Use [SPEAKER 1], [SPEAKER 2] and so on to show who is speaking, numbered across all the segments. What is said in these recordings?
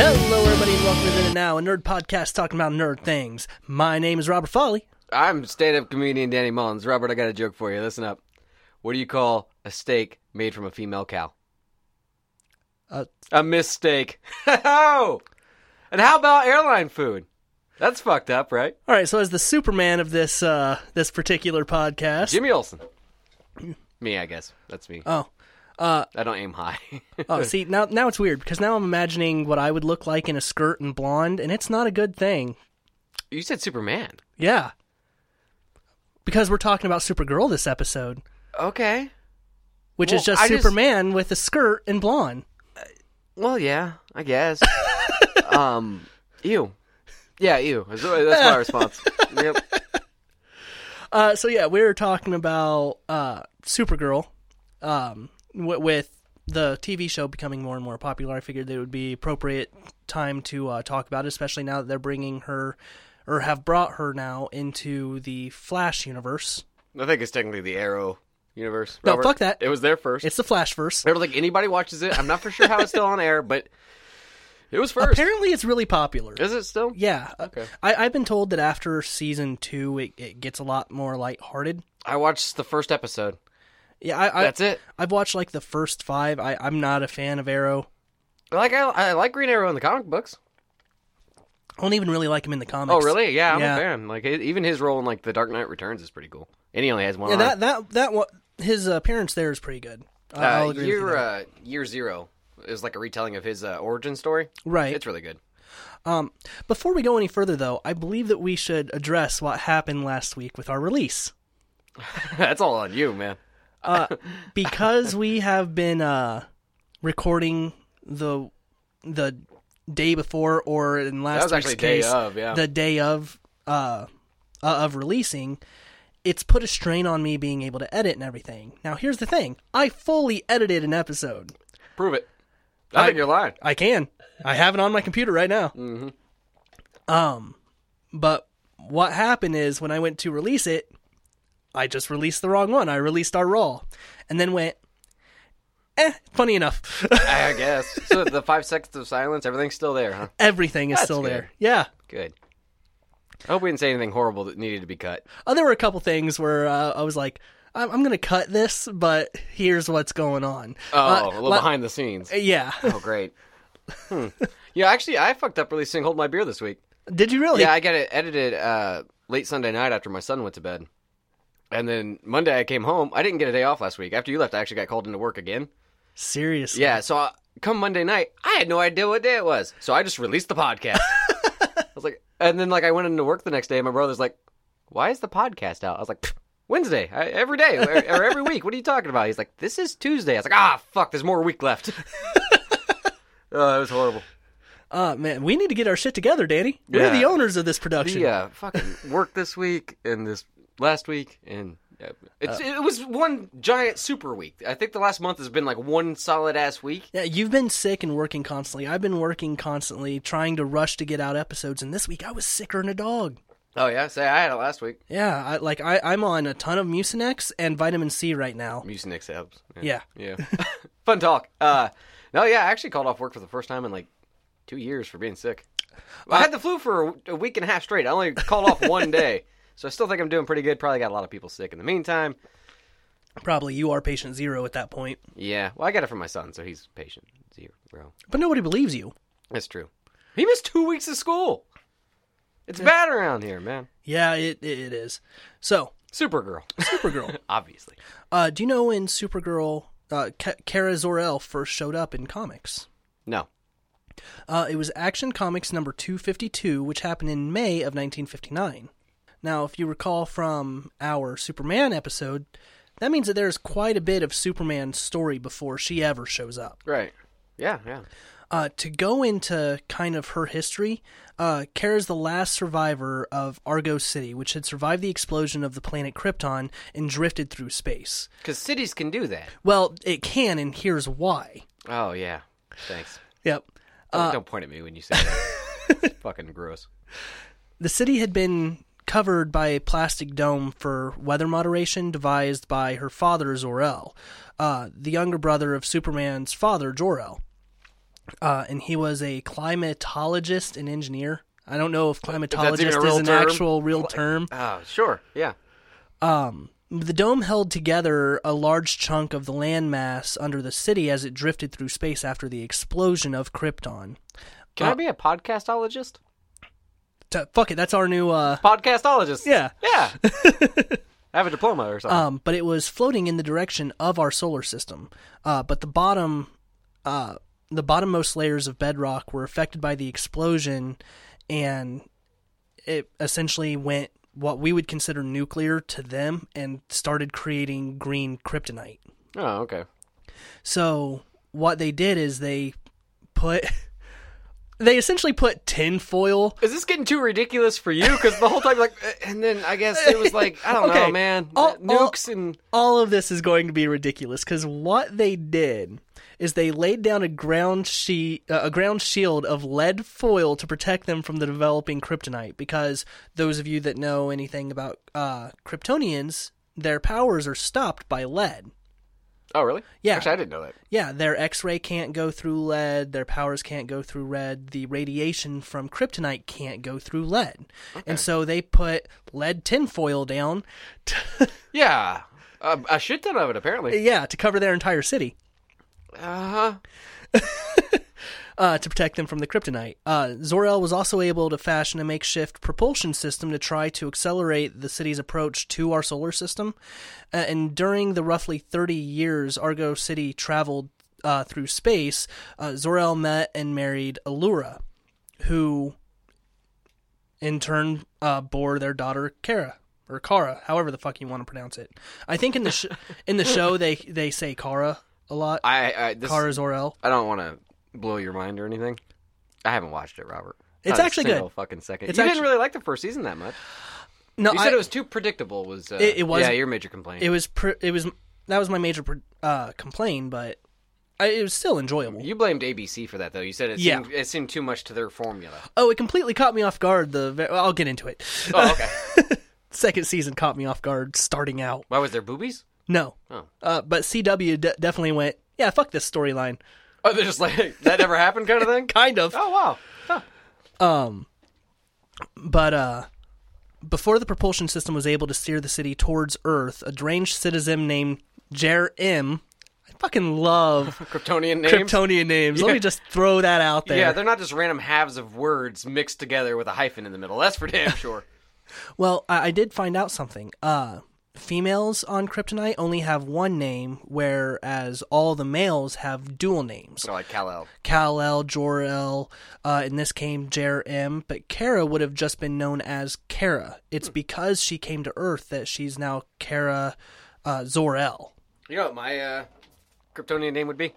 [SPEAKER 1] Hello, everybody, and welcome to Then and Now, a nerd podcast talking about nerd things. My name is Robert Folly.
[SPEAKER 2] I'm stand-up comedian Danny Mullins. Robert, I got a joke for you. Listen up. What do you call a steak made from a female cow?
[SPEAKER 1] A-
[SPEAKER 2] a mistake. Oh! and how about airline food? That's fucked up, right?
[SPEAKER 1] All right, so as the Superman of this uh, this particular podcast,
[SPEAKER 2] Jimmy Olsen. Me, I guess. That's me.
[SPEAKER 1] oh,
[SPEAKER 2] I don't aim high.
[SPEAKER 1] oh, see now now it's weird because now I'm imagining what I would look like in a skirt and blonde, and it's not a good thing.
[SPEAKER 2] you said Superman.
[SPEAKER 1] Yeah, because we're talking about Supergirl this episode,
[SPEAKER 2] Okay.
[SPEAKER 1] which
[SPEAKER 2] Well,
[SPEAKER 1] is just
[SPEAKER 2] I just-
[SPEAKER 1] Superman with a skirt and blonde.
[SPEAKER 2] Well, yeah, I guess. um, ew. Yeah, ew. That's that's my response. Yep.
[SPEAKER 1] Uh, so yeah, we were talking about uh, Supergirl, um, w- with the TV show becoming more and more popular. I figured it would be appropriate time to uh, talk about it, especially now that they're bringing her, or have brought her now into the Flash universe.
[SPEAKER 2] I think it's technically the Arrow universe.
[SPEAKER 1] No,
[SPEAKER 2] Robert.
[SPEAKER 1] fuck that.
[SPEAKER 2] It was there first.
[SPEAKER 1] It's the Flashverse.
[SPEAKER 2] I don't think anybody watches it. I'm not for sure how it's still on air, but it was first.
[SPEAKER 1] Apparently, it's really popular.
[SPEAKER 2] Is it still?
[SPEAKER 1] Yeah, okay. I, I've been told that after season two, it, it gets a lot more lighthearted.
[SPEAKER 2] I watched the first episode.
[SPEAKER 1] Yeah, I, I,
[SPEAKER 2] That's it.
[SPEAKER 1] I've watched like the first five. I, I'm not a fan of Arrow.
[SPEAKER 2] Like I, I like Green Arrow in the comic books.
[SPEAKER 1] I don't even really like him in the comics.
[SPEAKER 2] Oh, really? Yeah, I'm
[SPEAKER 1] Yeah.
[SPEAKER 2] a fan. Like e- even his role in like the Dark Knight Returns is pretty cool, and he only has one.
[SPEAKER 1] Yeah, that
[SPEAKER 2] arm.
[SPEAKER 1] that that one, his appearance there is pretty good. I,
[SPEAKER 2] uh,
[SPEAKER 1] I'll agree
[SPEAKER 2] year
[SPEAKER 1] with you. there.
[SPEAKER 2] uh, year zero is like a retelling of his uh, origin story.
[SPEAKER 1] Right.
[SPEAKER 2] It's really good.
[SPEAKER 1] Before we go any further, though, I believe that we should address what happened last week with our release
[SPEAKER 2] That's all on you, man.
[SPEAKER 1] because we have been uh, recording the the day before or in last
[SPEAKER 2] was
[SPEAKER 1] week's
[SPEAKER 2] actually day
[SPEAKER 1] case
[SPEAKER 2] of, yeah.
[SPEAKER 1] the day of uh, uh, of releasing. It's put a strain on me being able to edit and everything. Now, here's the thing: I fully edited an episode.
[SPEAKER 2] Prove it. I, think you're lying.
[SPEAKER 1] I can. I have it on my computer right now.
[SPEAKER 2] Mm-hmm.
[SPEAKER 1] Um, but what happened is when I went to release it, I just released the wrong one. I released our raw, and then went, eh. Funny enough,
[SPEAKER 2] I guess. So the five seconds of silence, everything's still there, huh?
[SPEAKER 1] everything is still
[SPEAKER 2] good.
[SPEAKER 1] there. Yeah.
[SPEAKER 2] Good. I hope we didn't say anything horrible that needed to be cut.
[SPEAKER 1] Uh, there were a couple things where uh, I was like, I'm, I'm gonna cut this, but here's what's going on.
[SPEAKER 2] Oh,
[SPEAKER 1] Uh,
[SPEAKER 2] a little
[SPEAKER 1] la-
[SPEAKER 2] behind the scenes.
[SPEAKER 1] Yeah.
[SPEAKER 2] Oh, great. Hmm. Yeah, actually, I fucked up releasing Hold My Beer this week.
[SPEAKER 1] Did you really?
[SPEAKER 2] Yeah, I got it edited uh, late Sunday night after my son went to bed. And then Monday I came home. I didn't get a day off last week. After you left, I actually got called into work again.
[SPEAKER 1] Seriously.
[SPEAKER 2] Yeah, so I, come Monday night, I had no idea what day it was. So I just released the podcast. I was like, and then like I went into work the next day, and my brother's like, "Why is the podcast out?" I was like, "Pfft, "Wednesday, I, every day or, or every week. What are you talking about?" He's like, "This is Tuesday." I was like, "Ah, fuck, there's more week left." oh, that was horrible.
[SPEAKER 1] Uh, man, we need to get our shit together, Danny. We're
[SPEAKER 2] Yeah.
[SPEAKER 1] the owners of this production.
[SPEAKER 2] The uh, fucking work this week and this last week and. yeah, It's, it was one giant super week. I think the last month has been like one solid ass week.
[SPEAKER 1] Yeah, you've been sick and working constantly. I've been working constantly, trying to rush to get out episodes, and this week I was sicker than a dog.
[SPEAKER 2] Oh yeah, say I had it last week.
[SPEAKER 1] Yeah, I, like I, I'm on a ton of Mucinex and vitamin C right now.
[SPEAKER 2] Mucinex helps.
[SPEAKER 1] Yeah,
[SPEAKER 2] Yeah. Fun talk. Uh, no, yeah, I actually called off work for the first time in like two years for being sick. I had the flu for a, a week and a half straight. I only called off one day. So I still think I'm doing pretty good. Probably got a lot of people sick in the meantime.
[SPEAKER 1] probably you are patient zero at that point,
[SPEAKER 2] Yeah. Well, I got it from my son, so he's patient zero.
[SPEAKER 1] but nobody believes you.
[SPEAKER 2] That's true. He missed two weeks of school. It's bad around here, man.
[SPEAKER 1] Yeah, it it, it is. So,
[SPEAKER 2] Supergirl,
[SPEAKER 1] Supergirl.
[SPEAKER 2] obviously.
[SPEAKER 1] uh, do you know when Supergirl, uh, Ka- Kara Zor-El first showed up in comics?
[SPEAKER 2] No.
[SPEAKER 1] Uh, it was Action Comics number 252, which happened in May of 1959. Now, if you recall from our Superman episode, that means that there's quite a bit of Superman's story before she ever shows up.
[SPEAKER 2] Right. Yeah, yeah.
[SPEAKER 1] Uh, to go into kind of her history, uh, Kara's the last survivor of Argo City, which had survived the explosion of the planet Krypton and drifted through space.
[SPEAKER 2] Because cities can do that.
[SPEAKER 1] Well, it can, and here's why.
[SPEAKER 2] Oh, yeah. Thanks.
[SPEAKER 1] Yep.
[SPEAKER 2] Don't, don't point at me when you say that. it's fucking gross.
[SPEAKER 1] The city had been covered by a plastic dome for weather moderation devised by her father Zor-El, uh, the younger brother of Superman's father Jor-El. uh, and he was a climatologist and engineer. I don't know if climatologist
[SPEAKER 2] even a
[SPEAKER 1] is
[SPEAKER 2] real
[SPEAKER 1] an
[SPEAKER 2] term.
[SPEAKER 1] actual real term. Um,
[SPEAKER 2] Oh, sure. Yeah.
[SPEAKER 1] The dome held together a large chunk of the landmass under the city as it drifted through space after the explosion of Krypton.
[SPEAKER 2] Can
[SPEAKER 1] Uh,
[SPEAKER 2] I be a podcastologist?
[SPEAKER 1] T- fuck it, that's our new. Uh,
[SPEAKER 2] Podcastologist.
[SPEAKER 1] Yeah.
[SPEAKER 2] Yeah. I have a diploma or something.
[SPEAKER 1] um, but it was floating in the direction of our solar system. Uh, but the bottom, uh, the bottommost layers of bedrock were affected by the explosion, and it essentially went what we would consider nuclear to them and started creating green kryptonite.
[SPEAKER 2] oh, okay.
[SPEAKER 1] So what they did is they put they essentially put tinfoil.
[SPEAKER 2] Is this getting too ridiculous for you? Because the whole time, you're like, eh, and then I guess it was like, I don't
[SPEAKER 1] Okay.
[SPEAKER 2] know, man.
[SPEAKER 1] All-
[SPEAKER 2] Nukes and
[SPEAKER 1] All of this is going to be ridiculous because what they did is they laid down a ground sheet, uh, a ground shield of lead foil to protect them from the developing kryptonite. Because those of you that know anything about uh, Kryptonians, their powers are stopped by lead.
[SPEAKER 2] oh, really?
[SPEAKER 1] Yeah.
[SPEAKER 2] Actually, I didn't know that.
[SPEAKER 1] Yeah, their X ray can't go through lead, their powers can't go through lead, the radiation from kryptonite can't go through lead. And so they put lead tinfoil down, to,
[SPEAKER 2] Yeah, um, a shit ton of it apparently.
[SPEAKER 1] yeah, to cover their entire city.
[SPEAKER 2] Uh huh.
[SPEAKER 1] uh, to protect them from the kryptonite. Uh, Zor-El was also able to fashion a makeshift propulsion system to try to accelerate the city's approach to our solar system. Uh, and during the roughly 30 years Argo City traveled uh, through space, uh, Zor-El met and married Allura, who in turn uh, bore their daughter Kara. Or Kara, however the fuck you want to pronounce it. I think in the sh- in the show they they say Kara a lot.
[SPEAKER 2] I I, this,
[SPEAKER 1] Kara Zor-El.
[SPEAKER 2] I don't want to blow your mind or anything. I haven't watched it, Robert.
[SPEAKER 1] It's
[SPEAKER 2] Not a
[SPEAKER 1] actually good.
[SPEAKER 2] single Fucking second.
[SPEAKER 1] It's
[SPEAKER 2] you
[SPEAKER 1] actu-
[SPEAKER 2] didn't really like the first season that much.
[SPEAKER 1] No,
[SPEAKER 2] You
[SPEAKER 1] I-
[SPEAKER 2] said it was too predictable. Was uh,
[SPEAKER 1] It- it was-
[SPEAKER 2] Yeah, your major complaint.
[SPEAKER 1] it was pr- it was that was my major pr- uh, complaint, but I, it was still enjoyable.
[SPEAKER 2] you blamed ABC for that though. You said it
[SPEAKER 1] Yeah.
[SPEAKER 2] seemed it seemed too much to their formula.
[SPEAKER 1] Oh, it completely caught me off guard. The ve- I'll get into it.
[SPEAKER 2] Oh, okay.
[SPEAKER 1] Second season caught me off guard starting out.
[SPEAKER 2] Why was there boobies?
[SPEAKER 1] No,
[SPEAKER 2] Oh.
[SPEAKER 1] uh, but CW de- definitely went. Yeah, fuck this storyline.
[SPEAKER 2] Oh, they're just like that never happened kind of thing.
[SPEAKER 1] Kind of.
[SPEAKER 2] Oh wow. Huh.
[SPEAKER 1] But uh, before the propulsion system was able to steer the city towards Earth, a deranged citizen named Jer M. I fucking love
[SPEAKER 2] Kryptonian names.
[SPEAKER 1] Kryptonian names. Let me just throw that out there.
[SPEAKER 2] yeah, they're not just random halves of words mixed together with a hyphen in the middle. That's for damn sure.
[SPEAKER 1] Well, I, I did find out something. Uh, females on Kryptonite only have one name, whereas all the males have dual names.
[SPEAKER 2] So like Kal El.
[SPEAKER 1] Kal El, Jor El, uh, and this came Jer M. But Kara would have just been known as Kara. It's because she came to Earth that she's now Kara uh, Zor El.
[SPEAKER 2] You know what my uh, Kryptonian name would be?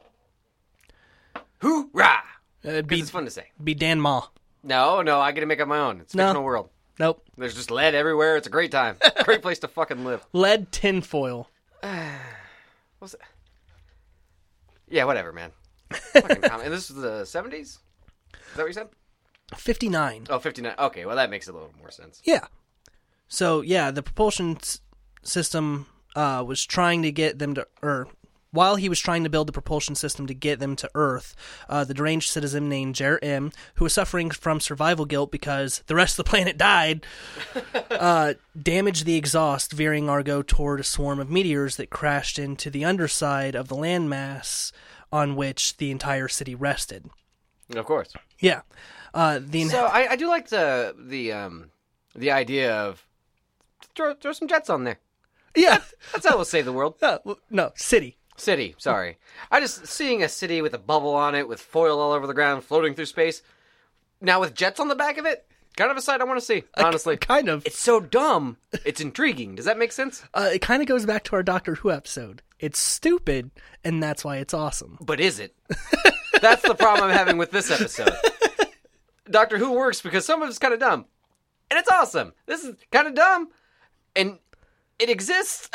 [SPEAKER 2] Hoorah!
[SPEAKER 1] Uh, It'd
[SPEAKER 2] Because
[SPEAKER 1] be,
[SPEAKER 2] it's fun to say.
[SPEAKER 1] be Dan Ma.
[SPEAKER 2] No, no, I get to make up my own. It's a
[SPEAKER 1] No.
[SPEAKER 2] fictional world.
[SPEAKER 1] Nope.
[SPEAKER 2] There's just lead everywhere. It's a great time. great place to fucking live.
[SPEAKER 1] Lead tinfoil.
[SPEAKER 2] What's that? Yeah, whatever, man. fucking common. And this was the 70s? Is that what you said?
[SPEAKER 1] 59.
[SPEAKER 2] Oh, 59. Okay, well, that makes a little more sense.
[SPEAKER 1] Yeah. So yeah, the propulsion s- system uh, was trying to get them to, or while he was trying to build the propulsion system to get them to Earth, uh, the deranged citizen named Jer M, who was suffering from survival guilt because the rest of the planet died, uh, damaged the exhaust, veering Argo toward a swarm of meteors that crashed into the underside of the landmass on which the entire city rested.
[SPEAKER 2] Of course.
[SPEAKER 1] Yeah, uh, the
[SPEAKER 2] So I, I do like the the um the idea of throw, throw some jets on there.
[SPEAKER 1] yeah,
[SPEAKER 2] That's how we'll save the world.
[SPEAKER 1] Uh, w- no city.
[SPEAKER 2] City, sorry. I just seeing a city with a bubble on it, with foil all over the ground, floating through space. Now with jets on the back of it, kind of a sight I want to see. Honestly,
[SPEAKER 1] Kind of.
[SPEAKER 2] it's so dumb. It's intriguing. Does that make sense?
[SPEAKER 1] uh, it kind of goes back to our Doctor Who episode. It's stupid, and that's why it's awesome.
[SPEAKER 2] But is it? That's the problem I'm having with this episode. Doctor Who works because some of it's kind of dumb, and it's awesome. This is kind of dumb, and it exists.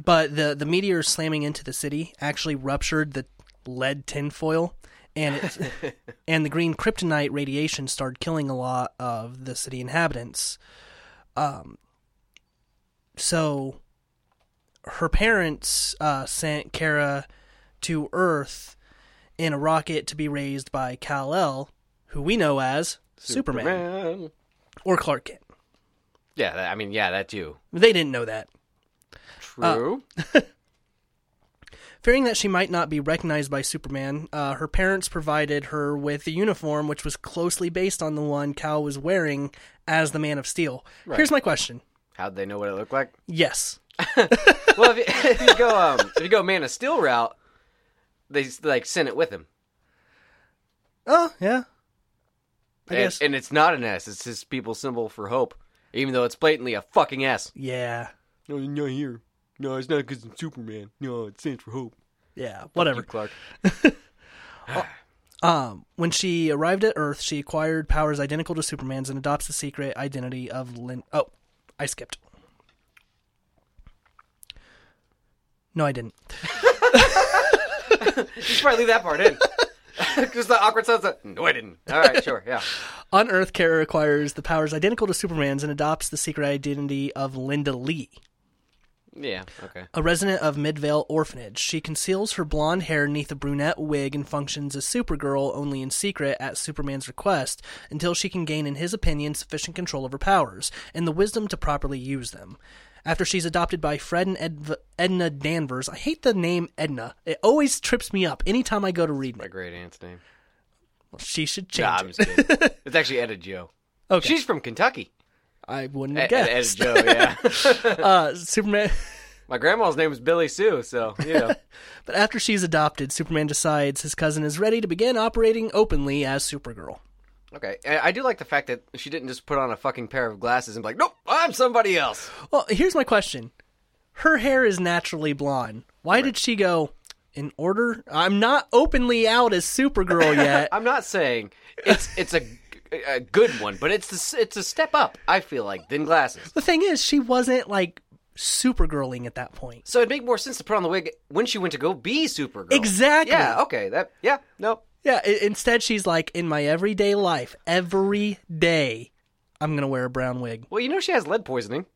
[SPEAKER 1] But the the meteor slamming into the city actually ruptured the lead tinfoil, and it, and the green kryptonite radiation started killing a lot of the city inhabitants. Um, so her parents uh, sent Kara to Earth in a rocket to be raised by Kal El, who we know as Superman,
[SPEAKER 2] Superman.
[SPEAKER 1] or Clark Kent.
[SPEAKER 2] Yeah, that, I mean, yeah, that's you.
[SPEAKER 1] They didn't know that.
[SPEAKER 2] True.
[SPEAKER 1] Fearing that she might not be recognized by Superman, uh, her parents provided her with a uniform which was closely based on the one Cal was wearing as the Man of Steel. Here's my question.
[SPEAKER 2] How'd they know what it looked like?
[SPEAKER 1] Yes.
[SPEAKER 2] well, if you, if you go um, if you go Man of Steel route, they s- like sent it with him,
[SPEAKER 1] Oh, yeah. I
[SPEAKER 2] and,
[SPEAKER 1] guess.
[SPEAKER 2] and it's not an S. It's his people's symbol for hope, even though it's blatantly a fucking S.
[SPEAKER 1] yeah.
[SPEAKER 2] No, you're not here. No, it's not because I'm Superman. No, it stands for hope.
[SPEAKER 1] Yeah, whatever.
[SPEAKER 2] Clark.
[SPEAKER 1] Um, when she arrived at Earth, she acquired powers identical to Superman's and adopts the secret identity of Lin. Oh, I skipped. No, I didn't.
[SPEAKER 2] You should probably leave that part in. Just the awkward silence. like, No, I didn't. All right, sure, yeah.
[SPEAKER 1] On Earth, Kara acquires the powers identical to Superman's and adopts the secret identity of Linda Lee,
[SPEAKER 2] Yeah, okay.
[SPEAKER 1] a resident of Midvale Orphanage. She conceals her blonde hair neath a brunette wig and functions as Supergirl only in secret at Superman's request until she can gain, in his opinion, sufficient control of her powers and the wisdom to properly use them. After she's adopted by Fred and Edv Edna Danvers, I hate the name Edna. It always trips me up anytime I go to read.
[SPEAKER 2] My great aunt's name.
[SPEAKER 1] She should change
[SPEAKER 2] Nah, I'm
[SPEAKER 1] it.
[SPEAKER 2] just kidding. It's actually Etta Jo.
[SPEAKER 1] Okay.
[SPEAKER 2] She's from Kentucky.
[SPEAKER 1] I wouldn't
[SPEAKER 2] E-
[SPEAKER 1] have
[SPEAKER 2] Etta
[SPEAKER 1] guessed.
[SPEAKER 2] Jo, yeah.
[SPEAKER 1] Uh, Superman.
[SPEAKER 2] My grandma's name was Billy Sue, so, you know.
[SPEAKER 1] But after she's adopted, Superman decides his cousin is ready to begin operating openly as Supergirl.
[SPEAKER 2] Okay, I I do like the fact that she didn't just put on a fucking pair of glasses and be like, nope, I'm somebody else.
[SPEAKER 1] Well, here's my question. Her hair is naturally blonde. Why did she go, in order? I'm not openly out as Supergirl yet.
[SPEAKER 2] I'm not saying it's it's a, a good one, but it's a, s- it's a step up, I feel like, than glasses.
[SPEAKER 1] the thing is, she wasn't like Supergirling at that point.
[SPEAKER 2] So it'd make more sense to put on the wig when she went to go be Supergirl.
[SPEAKER 1] Exactly.
[SPEAKER 2] Yeah, okay, that, yeah, no.
[SPEAKER 1] Yeah, i- instead, she's like, in my everyday life, every day, I'm going to wear a brown wig.
[SPEAKER 2] Well, you know she has lead poisoning.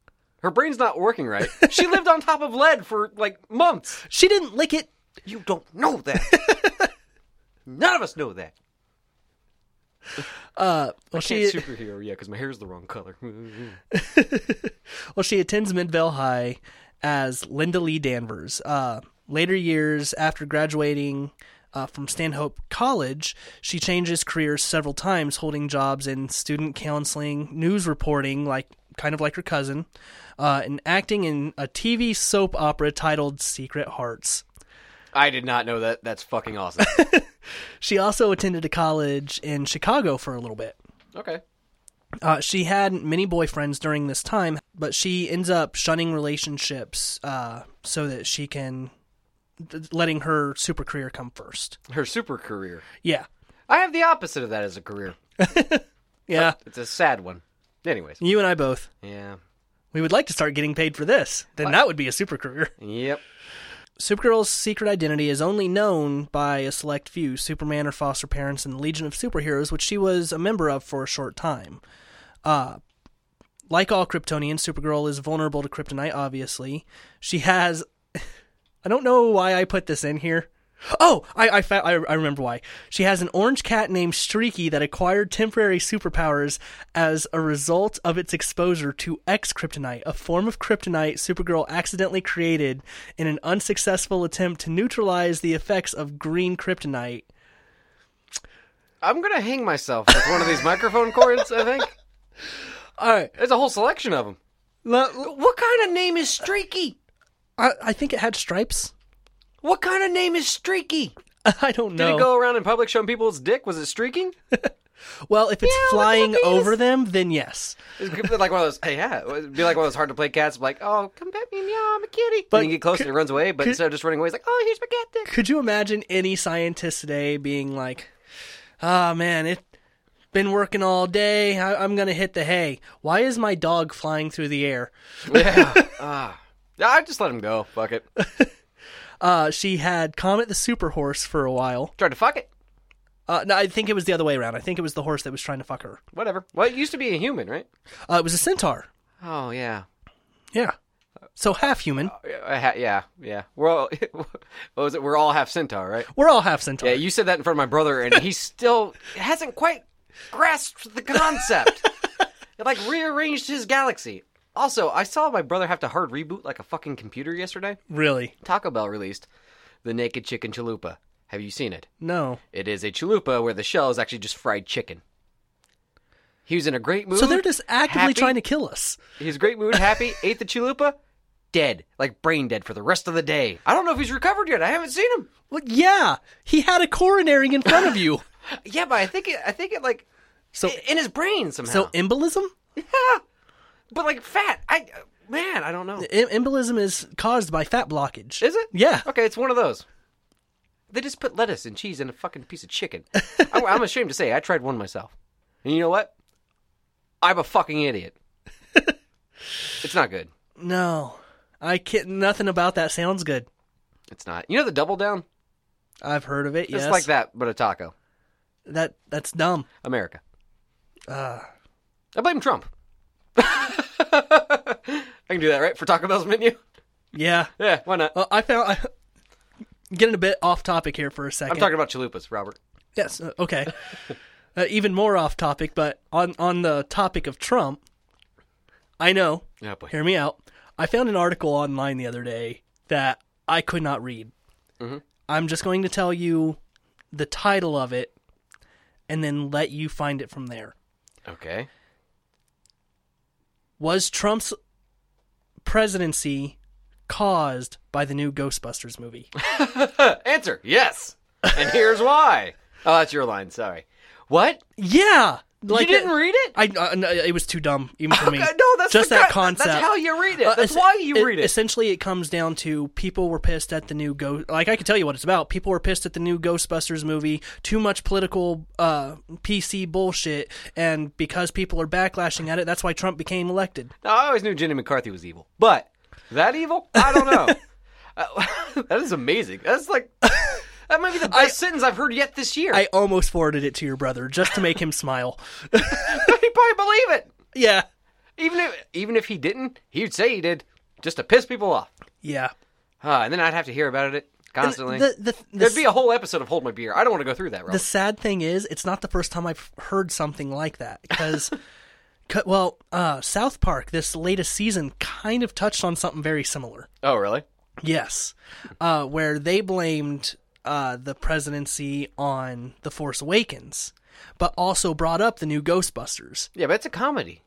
[SPEAKER 2] Her brain's not working right. She lived on top of lead for, like, months.
[SPEAKER 1] She didn't lick it.
[SPEAKER 2] You don't know that. None of us know that.
[SPEAKER 1] Uh, well, she,
[SPEAKER 2] superhero, yeah, because my hair's the wrong color.
[SPEAKER 1] Well, she attends Midvale High as Linda Lee Danvers. Uh, later years, after graduating uh, from Stanhope College, she changes careers several times, holding jobs in student counseling, news reporting, like kind of like her cousin, uh, and acting in a TV soap opera titled Secret Hearts.
[SPEAKER 2] I did not know that. That's fucking awesome.
[SPEAKER 1] She also attended a college in Chicago for a little bit.
[SPEAKER 2] okay.
[SPEAKER 1] Uh, she had many boyfriends during this time, but she ends up shunning relationships uh, so that she can th- letting her super career come first.
[SPEAKER 2] Her super career.
[SPEAKER 1] Yeah,
[SPEAKER 2] I have the opposite of that as a career.
[SPEAKER 1] yeah.
[SPEAKER 2] It's a sad one. Anyways.
[SPEAKER 1] You and I both.
[SPEAKER 2] Yeah.
[SPEAKER 1] We would like to start getting paid for this. Then that would be a super career.
[SPEAKER 2] Yep.
[SPEAKER 1] Supergirl's secret identity is only known by a select few Superman, her foster parents, and the Legion of Superheroes, which she was a member of for a short time. Uh, like all Kryptonians, Supergirl is vulnerable to kryptonite, obviously. She has. I don't know why I put this in here. Oh, I, I, fa- I, I remember why. She has an orange cat named Streaky that acquired temporary superpowers as a result of its exposure to X Kryptonite, a form of kryptonite Supergirl accidentally created in an unsuccessful attempt to neutralize the effects of green kryptonite.
[SPEAKER 2] I'm going to hang myself with one of these microphone cords, I think.
[SPEAKER 1] All right.
[SPEAKER 2] There's a whole selection of them. What kind of name is Streaky?
[SPEAKER 1] I, I think it had stripes.
[SPEAKER 2] What kind of name is Streaky?
[SPEAKER 1] I don't
[SPEAKER 2] Did
[SPEAKER 1] know.
[SPEAKER 2] it go around in public showing people its dick? Was it streaking?
[SPEAKER 1] well, if it's
[SPEAKER 2] Yeah, look at
[SPEAKER 1] flying
[SPEAKER 2] my penis.
[SPEAKER 1] over them, then yes.
[SPEAKER 2] It could be like one of those. Hey, yeah, it would be like one of those hard to play cats. Like, oh, come pet me, meow, I'm a kitty. But
[SPEAKER 1] But
[SPEAKER 2] and you get close
[SPEAKER 1] could-
[SPEAKER 2] and it runs away. But instead of just running away, it's like, oh, here's my cat dick.
[SPEAKER 1] Could you imagine any scientist today being like, "Ah, man, it been working all day. I, I'm gonna hit the hay. Why is my dog flying through the air?"
[SPEAKER 2] yeah, ah, yeah. I just let him go. Fuck it.
[SPEAKER 1] Uh, she had Comet the Super Horse for a while.
[SPEAKER 2] Tried to fuck it.
[SPEAKER 1] Uh, no, I think it was the other way around. I think it was the horse that was trying to fuck her.
[SPEAKER 2] Whatever. Well, it used to be a human, right?
[SPEAKER 1] Uh, it was a centaur.
[SPEAKER 2] Oh yeah.
[SPEAKER 1] Yeah. So half human.
[SPEAKER 2] Uh, ha- yeah, yeah. We're all what was it? We're all half centaur, right?
[SPEAKER 1] We're all half centaur.
[SPEAKER 2] Yeah, you said that in front of my brother, and he still hasn't quite grasped the concept. it like rearranged his galaxy. Also, I saw my brother have to hard reboot like a fucking computer yesterday.
[SPEAKER 1] really?
[SPEAKER 2] Taco Bell released the Naked Chicken Chalupa. Have you seen it?
[SPEAKER 1] No.
[SPEAKER 2] It is a chalupa where the shell is actually just fried chicken. He was in a great mood.
[SPEAKER 1] So they're just actively
[SPEAKER 2] happy.
[SPEAKER 1] trying to kill us.
[SPEAKER 2] He was in a great mood, happy, ate the chalupa, dead, like brain dead for the rest of the day. I don't know if he's recovered yet. I haven't seen him.
[SPEAKER 1] Well, yeah, he had a coronary in front of you.
[SPEAKER 2] Yeah, but I think it, I think it like
[SPEAKER 1] So-
[SPEAKER 2] i- in his brain somehow.
[SPEAKER 1] So embolism?
[SPEAKER 2] but like fat, I man, I don't know.
[SPEAKER 1] Em- embolism is caused by fat blockage.
[SPEAKER 2] Is it?
[SPEAKER 1] Yeah.
[SPEAKER 2] Okay, it's one of those. They just put lettuce and cheese in a fucking piece of chicken. I'm, I'm ashamed to say I tried one myself, and you know what? I'm a fucking idiot. it's not good.
[SPEAKER 1] No, I can't. Nothing about that sounds good.
[SPEAKER 2] It's not. You know the double down?
[SPEAKER 1] I've heard of it.
[SPEAKER 2] It's
[SPEAKER 1] yes,
[SPEAKER 2] like that, but a taco.
[SPEAKER 1] that. That's dumb.
[SPEAKER 2] America.
[SPEAKER 1] Uh,
[SPEAKER 2] I blame Trump. I can do that, right? For Taco Bell's menu?
[SPEAKER 1] yeah.
[SPEAKER 2] Yeah, why not?
[SPEAKER 1] Well, I found. I, getting a bit off topic here for a 2nd
[SPEAKER 2] I'm talking about chalupas, Robert.
[SPEAKER 1] Yes. uh, Okay. uh, even more off topic, but on on the topic of Trump, I know.
[SPEAKER 2] Yeah, boy.
[SPEAKER 1] Hear me out. I found an article online the other day that I could not read.
[SPEAKER 2] Mm-hmm.
[SPEAKER 1] I'm just going to tell you the title of it, and then let you find it from there.
[SPEAKER 2] Okay.
[SPEAKER 1] Was Trump's presidency caused by the new Ghostbusters movie?
[SPEAKER 2] Uh, Answer, yes. And here's why. Oh, that's your line, sorry. What?
[SPEAKER 1] yeah. Like
[SPEAKER 2] you didn't
[SPEAKER 1] that-
[SPEAKER 2] read it?
[SPEAKER 1] I, uh, no, it was too dumb even for me.
[SPEAKER 2] Okay, no, that's
[SPEAKER 1] just
[SPEAKER 2] the
[SPEAKER 1] that
[SPEAKER 2] co-
[SPEAKER 1] concept.
[SPEAKER 2] That's how you read it.
[SPEAKER 1] Uh,
[SPEAKER 2] that's
[SPEAKER 1] es-
[SPEAKER 2] why you
[SPEAKER 1] it-
[SPEAKER 2] read it.
[SPEAKER 1] Essentially, it comes down to people were pissed at the new Ghost. Like I can tell you what it's about. People were pissed at the new Ghostbusters movie. Too much political uh, PC bullshit, and because people are backlashing at it, that's why Trump became elected.
[SPEAKER 2] Now, I always knew Jenny McCarthy was evil, but that evil? I don't know. Uh, that is amazing. That's like, that might be the best sentence I've heard yet this year.
[SPEAKER 1] I almost forwarded it to your brother just to make him smile.
[SPEAKER 2] He'd probably believe it.
[SPEAKER 1] Yeah,
[SPEAKER 2] Even if even if he didn't, he'd say he did, just to piss people off.
[SPEAKER 1] yeah.
[SPEAKER 2] Uh, and then I'd have to hear about it constantly.
[SPEAKER 1] The the, the,
[SPEAKER 2] There'd be a whole episode of Hold My Beer. I don't want to go through that.
[SPEAKER 1] the
[SPEAKER 2] Robert.
[SPEAKER 1] sad thing is, it's not the first time I've heard something like that because. Well, uh, South Park, this latest season, kind of touched on something very similar.
[SPEAKER 2] oh, really?
[SPEAKER 1] Yes, uh, where they blamed uh, the presidency on The Force Awakens, but also brought up the new Ghostbusters.
[SPEAKER 2] Yeah, but it's a comedy.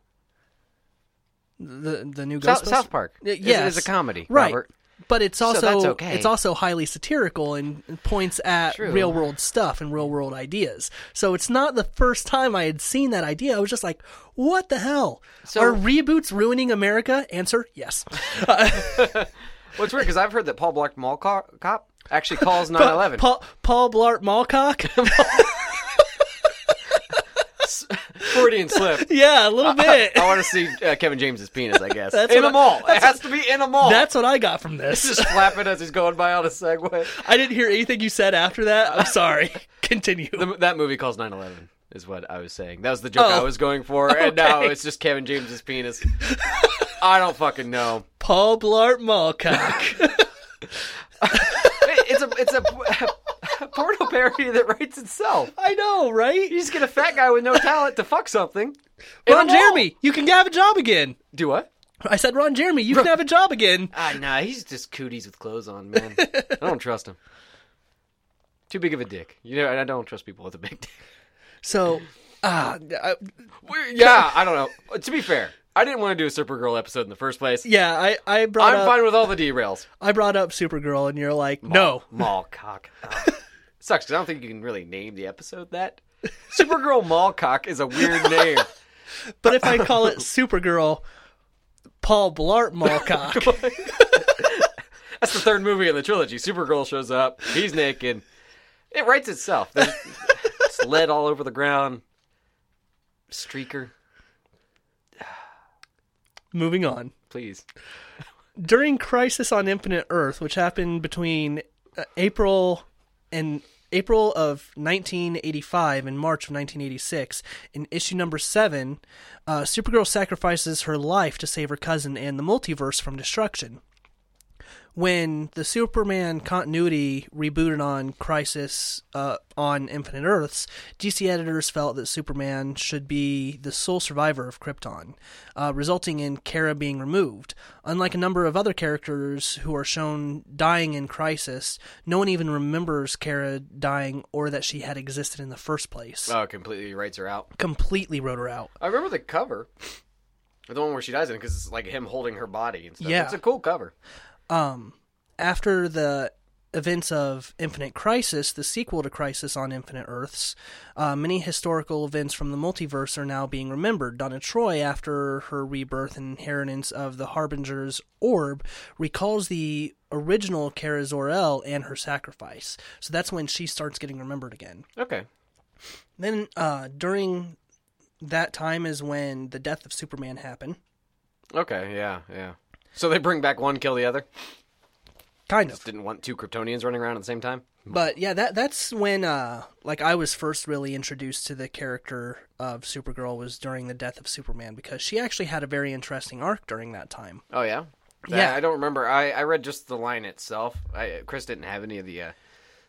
[SPEAKER 1] The the new
[SPEAKER 2] South,
[SPEAKER 1] Ghostbusters.
[SPEAKER 2] South Park.
[SPEAKER 1] Y-
[SPEAKER 2] is-
[SPEAKER 1] yes.
[SPEAKER 2] is, a comedy.
[SPEAKER 1] right?
[SPEAKER 2] Robert.
[SPEAKER 1] But it's also
[SPEAKER 2] that's okay.
[SPEAKER 1] it's also highly satirical and points at
[SPEAKER 2] True.
[SPEAKER 1] real world stuff and real world ideas. So it's not the first time I had seen that idea. I was just like, "What the hell?
[SPEAKER 2] So-
[SPEAKER 1] Are reboots ruining America?" Answer: Yes.
[SPEAKER 2] What's weird because I've heard that Paul Blart Mall Co- Cop actually calls 9/11.
[SPEAKER 1] Paul, Paul Blart Mallcock.
[SPEAKER 2] Freudian slip.
[SPEAKER 1] yeah, a little bit.
[SPEAKER 2] I want to see uh, Kevin James's penis. I guess
[SPEAKER 1] That's
[SPEAKER 2] in
[SPEAKER 1] what
[SPEAKER 2] a
[SPEAKER 1] I-
[SPEAKER 2] mall. It has to be in a mall.
[SPEAKER 1] That's what I got from this.
[SPEAKER 2] just flapping as he's going by on a Segway.
[SPEAKER 1] I didn't hear anything you said after that. I'm sorry. Continue.
[SPEAKER 2] The, that movie calls 9/11 is what I was saying. That was the joke I
[SPEAKER 1] Oh.
[SPEAKER 2] was going for, and now
[SPEAKER 1] Okay.
[SPEAKER 2] it's just Kevin James's penis. I don't fucking know.
[SPEAKER 1] Paul Blart Mallcock.
[SPEAKER 2] It- It's a it's a, a porno parody that writes itself.
[SPEAKER 1] I know, right?
[SPEAKER 2] You just get a fat guy with no talent to fuck something. in a
[SPEAKER 1] Ron
[SPEAKER 2] wall.
[SPEAKER 1] Jeremy, you can have a job again.
[SPEAKER 2] do what?
[SPEAKER 1] I said, Ron Jeremy, you can have a job again.
[SPEAKER 2] Ah, nah, he's just cooties with clothes on, man. I don't trust him. Too big of a dick. You know, and I don't trust people with a big dick.
[SPEAKER 1] So, ah, I-
[SPEAKER 2] We're- yeah, I don't know. To be fair, I didn't want to do a Supergirl episode in the first place.
[SPEAKER 1] yeah, I, I brought
[SPEAKER 2] I'm
[SPEAKER 1] up
[SPEAKER 2] fine with all the derails.
[SPEAKER 1] I brought up Supergirl, and you're like, no,
[SPEAKER 2] Mall cock. Oh. Sucks because I don't think you can really name the episode that. Supergirl Mall cock is a weird name.
[SPEAKER 1] but if I call it Supergirl, Paul Blart Mallcock,
[SPEAKER 2] That's the third movie in the trilogy. Supergirl shows up. He's naked. It writes itself. There's it's lead all over the ground. Streaker,
[SPEAKER 1] moving on.
[SPEAKER 2] please.
[SPEAKER 1] during Crisis on Infinite Earth, which happened between uh, April and April of 1985 and March of 1986, in issue number seven, uh, Supergirl sacrifices her life to save her cousin and the multiverse from destruction. When the Superman continuity rebooted on Crisis uh, on Infinite Earths, DC editors felt that Superman should be the sole survivor of Krypton, uh, resulting in Kara being removed. Unlike a number of other characters who are shown dying in Crisis, no one even remembers Kara dying or that she had existed in the first place.
[SPEAKER 2] Oh, completely writes her out.
[SPEAKER 1] Completely wrote her out.
[SPEAKER 2] I remember the cover, the one where she dies in, because it's like him holding her body and stuff.
[SPEAKER 1] Yeah.
[SPEAKER 2] it's a cool cover.
[SPEAKER 1] um, after the events of Infinite Crisis, the sequel to Crisis on Infinite Earths, uh, many historical events from the multiverse are now being remembered. Donna Troy, after her rebirth and inheritance of the Harbinger's orb, recalls the original Kara Zor-El and her sacrifice. So that's when she starts getting remembered again.
[SPEAKER 2] Okay,
[SPEAKER 1] Then uh, during that time is when the death of Superman happened.
[SPEAKER 2] okay, yeah, yeah. So they bring back one, kill the other.
[SPEAKER 1] Kind of.
[SPEAKER 2] Just didn't want two Kryptonians running around at the same time.
[SPEAKER 1] But yeah, that that's when uh like I was first really introduced to the character of Supergirl was during the death of Superman because she actually had a very interesting arc during that time.
[SPEAKER 2] Oh yeah,
[SPEAKER 1] Yeah.
[SPEAKER 2] I don't remember. I, I read just the line itself. I, Chris didn't have any of the uh,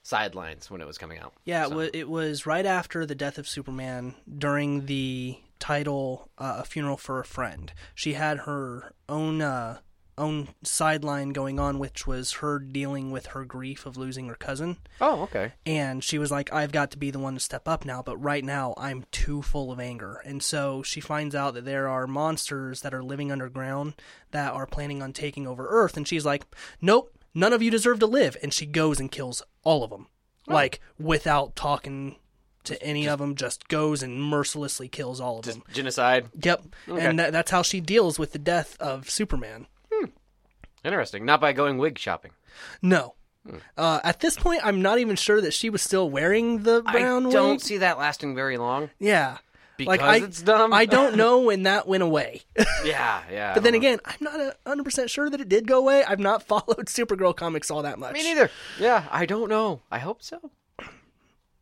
[SPEAKER 2] sidelines when it was coming out.
[SPEAKER 1] Yeah, it,
[SPEAKER 2] So-
[SPEAKER 1] wa- it was right after the death of Superman during the title uh, "A Funeral for a Friend." She had her own uh, own sideline going on, which was her dealing with her grief of losing her cousin.
[SPEAKER 2] Oh okay.
[SPEAKER 1] and she was like i've got to be the one to step up now but right now i'm too full of anger and so she finds out that there are monsters that are living underground that are planning on taking over earth and she's like nope none of you deserve to live and she goes and kills all of them like without talking to any of 'em, of them just goes and mercilessly kills all of them
[SPEAKER 2] Genocide.
[SPEAKER 1] yep
[SPEAKER 2] Okay.
[SPEAKER 1] and that, that's how she deals with the death of superman
[SPEAKER 2] Interesting. Not by going wig shopping.
[SPEAKER 1] no
[SPEAKER 2] Hmm.
[SPEAKER 1] uh, at this point, I'm not even sure that she was still wearing the brown
[SPEAKER 2] I don't
[SPEAKER 1] wig.
[SPEAKER 2] see that lasting very long
[SPEAKER 1] Yeah.
[SPEAKER 2] because
[SPEAKER 1] I,
[SPEAKER 2] it's dumb.
[SPEAKER 1] I don't know when that went away.
[SPEAKER 2] yeah, yeah.
[SPEAKER 1] But then again, I'm not a 100% sure that it did go away. I've not followed Supergirl comics all that much.
[SPEAKER 2] me neither. Yeah, I don't know. I hope so.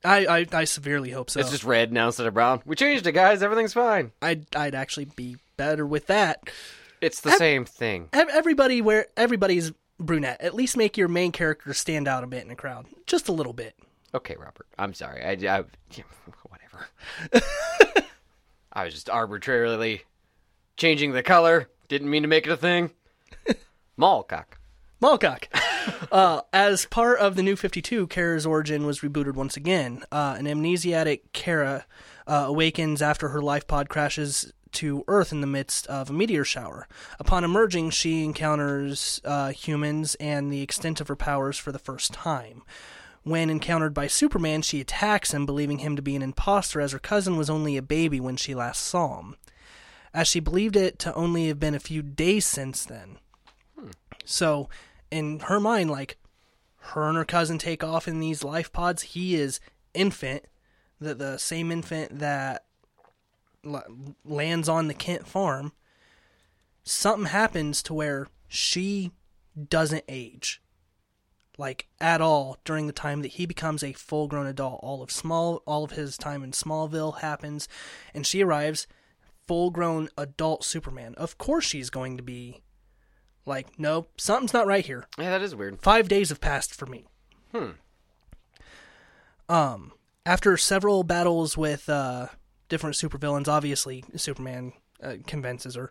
[SPEAKER 1] I, I, I severely hope so.
[SPEAKER 2] It's just red now instead of brown. We changed it, guys. Everything's fine.
[SPEAKER 1] I'd, I'd actually be better with that.
[SPEAKER 2] It's the same thing.
[SPEAKER 1] Ev- Everybody where everybody's brunette. At least make your main character stand out a bit in a crowd. Just a little bit.
[SPEAKER 2] Okay, Robert. I'm sorry. I, I yeah, whatever. I was just arbitrarily changing the color. Didn't mean to make it a thing. Mallcock.
[SPEAKER 1] Malcock. uh, as part of the New 52, Kara's origin was rebooted once again. Uh, an amnesiatic Kara uh, awakens after her life pod crashes to Earth in the midst of a meteor shower. Upon emerging, she encounters uh, humans and the extent of her powers for the first time. When encountered by Superman, she attacks him, believing him to be an imposter, as her cousin was only a baby when she last saw him, as she believed it to only have been a few days since then. So, in her mind, like her and her cousin take off in these life pods. He is infant, the the same infant that l- lands on the Kent farm. Something happens to where she doesn't age, like at all during the time that he becomes a full grown adult. All of small, all of his time in Smallville happens, and she arrives full grown adult Superman. Of course, she's going to be like, no, something's not right here.
[SPEAKER 2] Yeah, that is weird.
[SPEAKER 1] Five days have passed for me.
[SPEAKER 2] Hmm.
[SPEAKER 1] Um, after several battles with uh, different supervillains, obviously Superman uh, convinces her.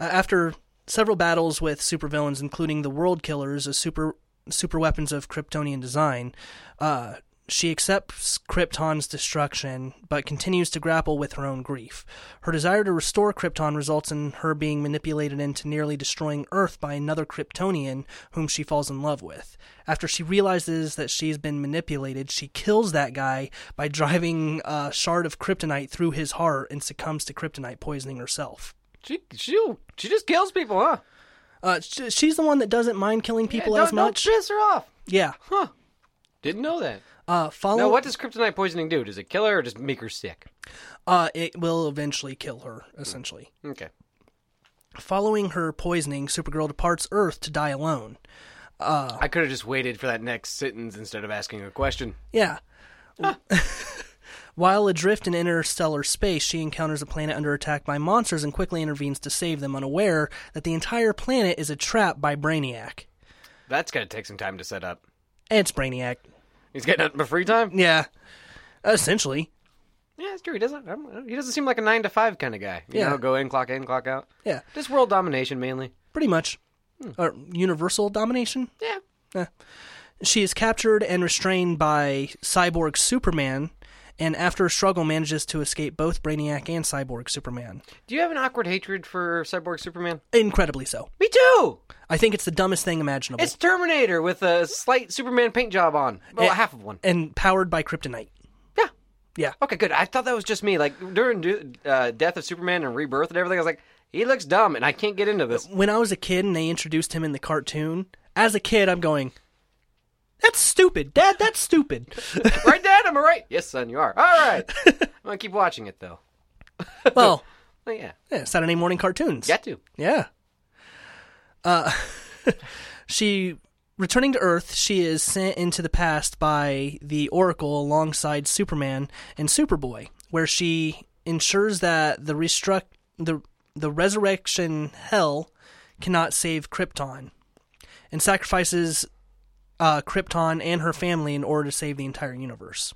[SPEAKER 1] Uh, after several battles with supervillains, including the World Killers, a super super weapons of Kryptonian design, uh, she accepts Krypton's destruction, but continues to grapple with her own grief. Her desire to restore Krypton results in her being manipulated into nearly destroying Earth by another Kryptonian whom she falls in love with. After she realizes that she's been manipulated, she kills that guy by driving a shard of kryptonite through his heart and succumbs to kryptonite poisoning herself.
[SPEAKER 2] She she she just kills people, huh?
[SPEAKER 1] Uh, sh- she's the one that doesn't mind killing people
[SPEAKER 2] Yeah, don't,
[SPEAKER 1] as much.
[SPEAKER 2] Don't piss her off.
[SPEAKER 1] Yeah.
[SPEAKER 2] Huh. Didn't know that.
[SPEAKER 1] Uh, follow.
[SPEAKER 2] Now, what does kryptonite poisoning do? Does it kill her or just make her sick?
[SPEAKER 1] Uh, it will eventually kill her, essentially.
[SPEAKER 2] Okay.
[SPEAKER 1] Following her poisoning, Supergirl departs Earth to die alone. Uh,
[SPEAKER 2] I could have just waited for that next sentence instead of asking a question.
[SPEAKER 1] yeah. While adrift in interstellar space, she encounters a planet under attack by monsters and quickly intervenes to save them, unaware that the entire planet is a trap by Brainiac.
[SPEAKER 2] That's gonna take some time to set up.
[SPEAKER 1] It's Brainiac.
[SPEAKER 2] He's getting nothing but free time.
[SPEAKER 1] Yeah. Essentially.
[SPEAKER 2] Yeah, it's true. He doesn't. I don't- He doesn't seem like a nine to five kind of guy. You
[SPEAKER 1] Yeah.
[SPEAKER 2] know, go in, clock in, clock out.
[SPEAKER 1] Yeah.
[SPEAKER 2] Just world domination mainly.
[SPEAKER 1] Pretty much. Or universal domination?
[SPEAKER 2] Yeah.
[SPEAKER 1] She is captured and restrained by Cyborg Superman, and after a struggle, manages to escape both Brainiac and Cyborg Superman.
[SPEAKER 2] Do you have an awkward hatred for Cyborg Superman?
[SPEAKER 1] Incredibly so.
[SPEAKER 2] Me too.
[SPEAKER 1] I think it's the dumbest thing imaginable.
[SPEAKER 2] It's Terminator with a slight Superman paint job on. Well,
[SPEAKER 1] It-
[SPEAKER 2] half of one.
[SPEAKER 1] and powered by kryptonite.
[SPEAKER 2] Yeah.
[SPEAKER 1] Yeah.
[SPEAKER 2] Okay, good. I thought that was just me. Like during uh, Death of Superman and Rebirth and everything, I was like, he looks dumb, and I can't get into this.
[SPEAKER 1] When I was a kid and they introduced him in the cartoon, as a kid, I'm going, that's stupid. Dad, that's stupid.
[SPEAKER 2] right, Dad? Am I right? Yes, son, you are. All right. I'm gonna keep watching it though.
[SPEAKER 1] well,
[SPEAKER 2] Oh, yeah,
[SPEAKER 1] yeah, Saturday morning cartoons.
[SPEAKER 2] got to.
[SPEAKER 1] Yeah. Uh, she returning to Earth. She is sent into the past by the Oracle alongside Superman and Superboy, where she ensures that the restruct the the resurrection hell cannot save Krypton, and sacrifices uh, Krypton and her family in order to save the entire universe.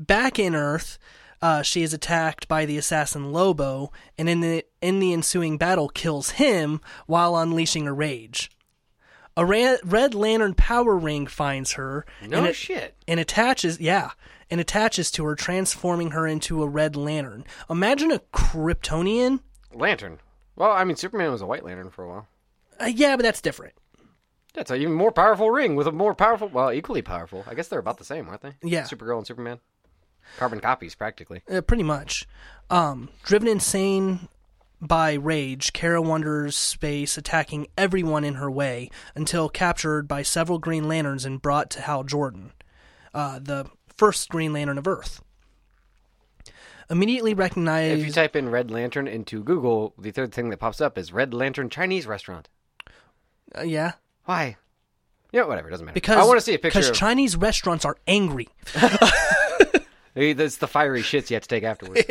[SPEAKER 1] Back in Earth, uh, she is attacked by the assassin Lobo, and in the in the ensuing battle, kills him while unleashing her rage. A ra- Red Lantern power ring finds her
[SPEAKER 2] No
[SPEAKER 1] and, it-
[SPEAKER 2] shit.
[SPEAKER 1] and attaches, yeah, and attaches to her, transforming her into a Red Lantern. Imagine a Kryptonian.
[SPEAKER 2] Lantern. Well, I mean, Superman was a White Lantern for a while.
[SPEAKER 1] Uh, yeah, but that's different.
[SPEAKER 2] That's an even more powerful ring with a more powerful, well, equally powerful. I guess they're about the same, aren't they?
[SPEAKER 1] Yeah.
[SPEAKER 2] Supergirl and Superman, carbon copies practically.
[SPEAKER 1] Uh, pretty much. Um, driven insane by rage, Kara wanders space, attacking everyone in her way until captured by several Green Lanterns and brought to Hal Jordan, uh, the first Green Lantern of Earth. Immediately recognized.
[SPEAKER 2] If you type in Red Lantern into Google, the third thing that pops up is Red Lantern Chinese restaurant.
[SPEAKER 1] uh, yeah.
[SPEAKER 2] Why? Yeah, whatever. It doesn't matter.
[SPEAKER 1] Because
[SPEAKER 2] I want to see a picture.
[SPEAKER 1] Because
[SPEAKER 2] of,
[SPEAKER 1] Chinese restaurants are angry.
[SPEAKER 2] Hey, that's the fiery shits you have to take afterwards.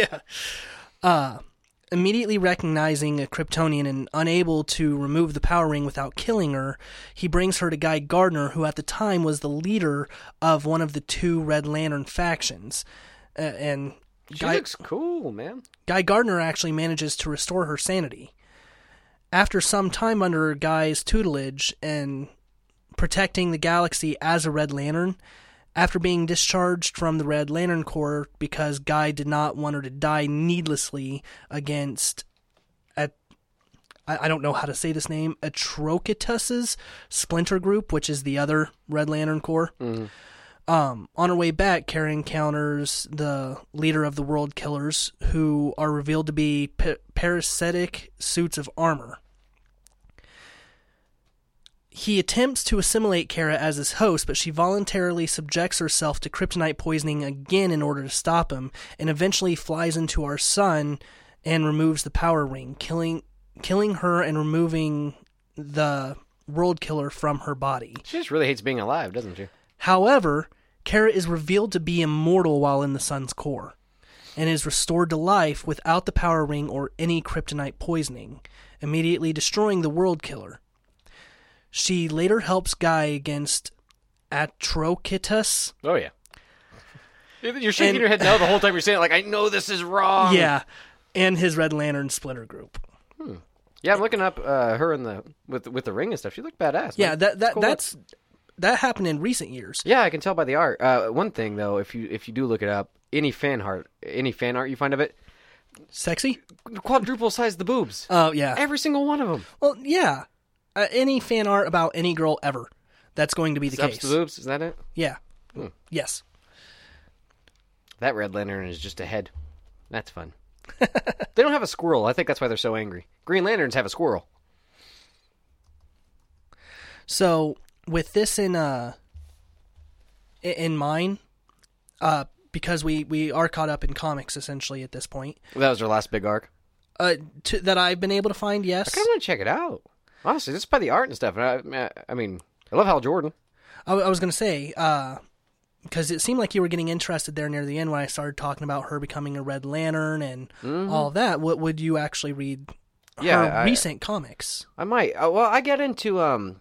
[SPEAKER 1] Immediately recognizing a Kryptonian and unable to remove the power ring without killing her, he brings her to Guy Gardner, who at the time was the leader of one of the two Red Lantern factions. Uh, and
[SPEAKER 2] she
[SPEAKER 1] Guy,
[SPEAKER 2] looks cool, man.
[SPEAKER 1] Guy Gardner actually manages to restore her sanity. After some time under Guy's tutelage and protecting the galaxy as a Red Lantern, after being discharged from the Red Lantern Corps because Guy did not want her to die needlessly against, at, I I don't know how to say this name, Atrokitus's splinter group, which is the other Red Lantern Corps. Um, on her way back, Kara encounters the leader of the World Killers, who are revealed to be pa- parasitic suits of armor. He attempts to assimilate Kara as his host, but she voluntarily subjects herself to kryptonite poisoning again in order to stop him, and eventually flies into our sun and removes the power ring, killing killing her and removing the World Killer from her body.
[SPEAKER 2] She just really hates being alive, doesn't she?
[SPEAKER 1] However, Kara is revealed to be immortal while in the sun's core and is restored to life without the power ring or any kryptonite poisoning, immediately destroying the world killer. She later helps Guy against Atrokitus.
[SPEAKER 2] Oh yeah. You're shaking
[SPEAKER 1] And-
[SPEAKER 2] your head now the whole time you're saying it. Like I know this is wrong.
[SPEAKER 1] Yeah, and his Red Lantern Splinter group.
[SPEAKER 2] Yeah, I'm looking up uh, her in the with with the ring and stuff. She looked badass.
[SPEAKER 1] Yeah,
[SPEAKER 2] man.
[SPEAKER 1] that that
[SPEAKER 2] Cool look.
[SPEAKER 1] that's that happened in recent years.
[SPEAKER 2] Yeah, I can tell by the art. Uh, one thing though, if you if you do look it up, any fan art, any fan art you find of it,
[SPEAKER 1] Sexy?
[SPEAKER 2] quadruple size the boobs.
[SPEAKER 1] Oh yeah.
[SPEAKER 2] Every single one of them.
[SPEAKER 1] Well, yeah. Uh, any fan art about any girl ever. That's going to be the
[SPEAKER 2] Ups
[SPEAKER 1] case.
[SPEAKER 2] the boobs. Is Hmm. that it?
[SPEAKER 1] Yeah. Yes.
[SPEAKER 2] That Red Lantern is just a head. That's fun. they don't have a squirrel. I think that's why they're so angry. Green Lanterns have a squirrel.
[SPEAKER 1] So with this in uh i- in mind, uh because we we are caught up in comics essentially at this point,
[SPEAKER 2] That was their last big arc.
[SPEAKER 1] uh to, that I've been able to find, yes,
[SPEAKER 2] I kind of want to check it out. Honestly, just by the art and stuff. And I, I mean, I love Hal Jordan.
[SPEAKER 1] I, I was going to say, because it seemed like you were getting interested there near the end when I started talking about her becoming a Red Lantern and all that. What would you actually read?
[SPEAKER 2] Mm-hmm. Yeah,
[SPEAKER 1] her
[SPEAKER 2] I-
[SPEAKER 1] recent comics.
[SPEAKER 2] I might. Uh, well, I got into um,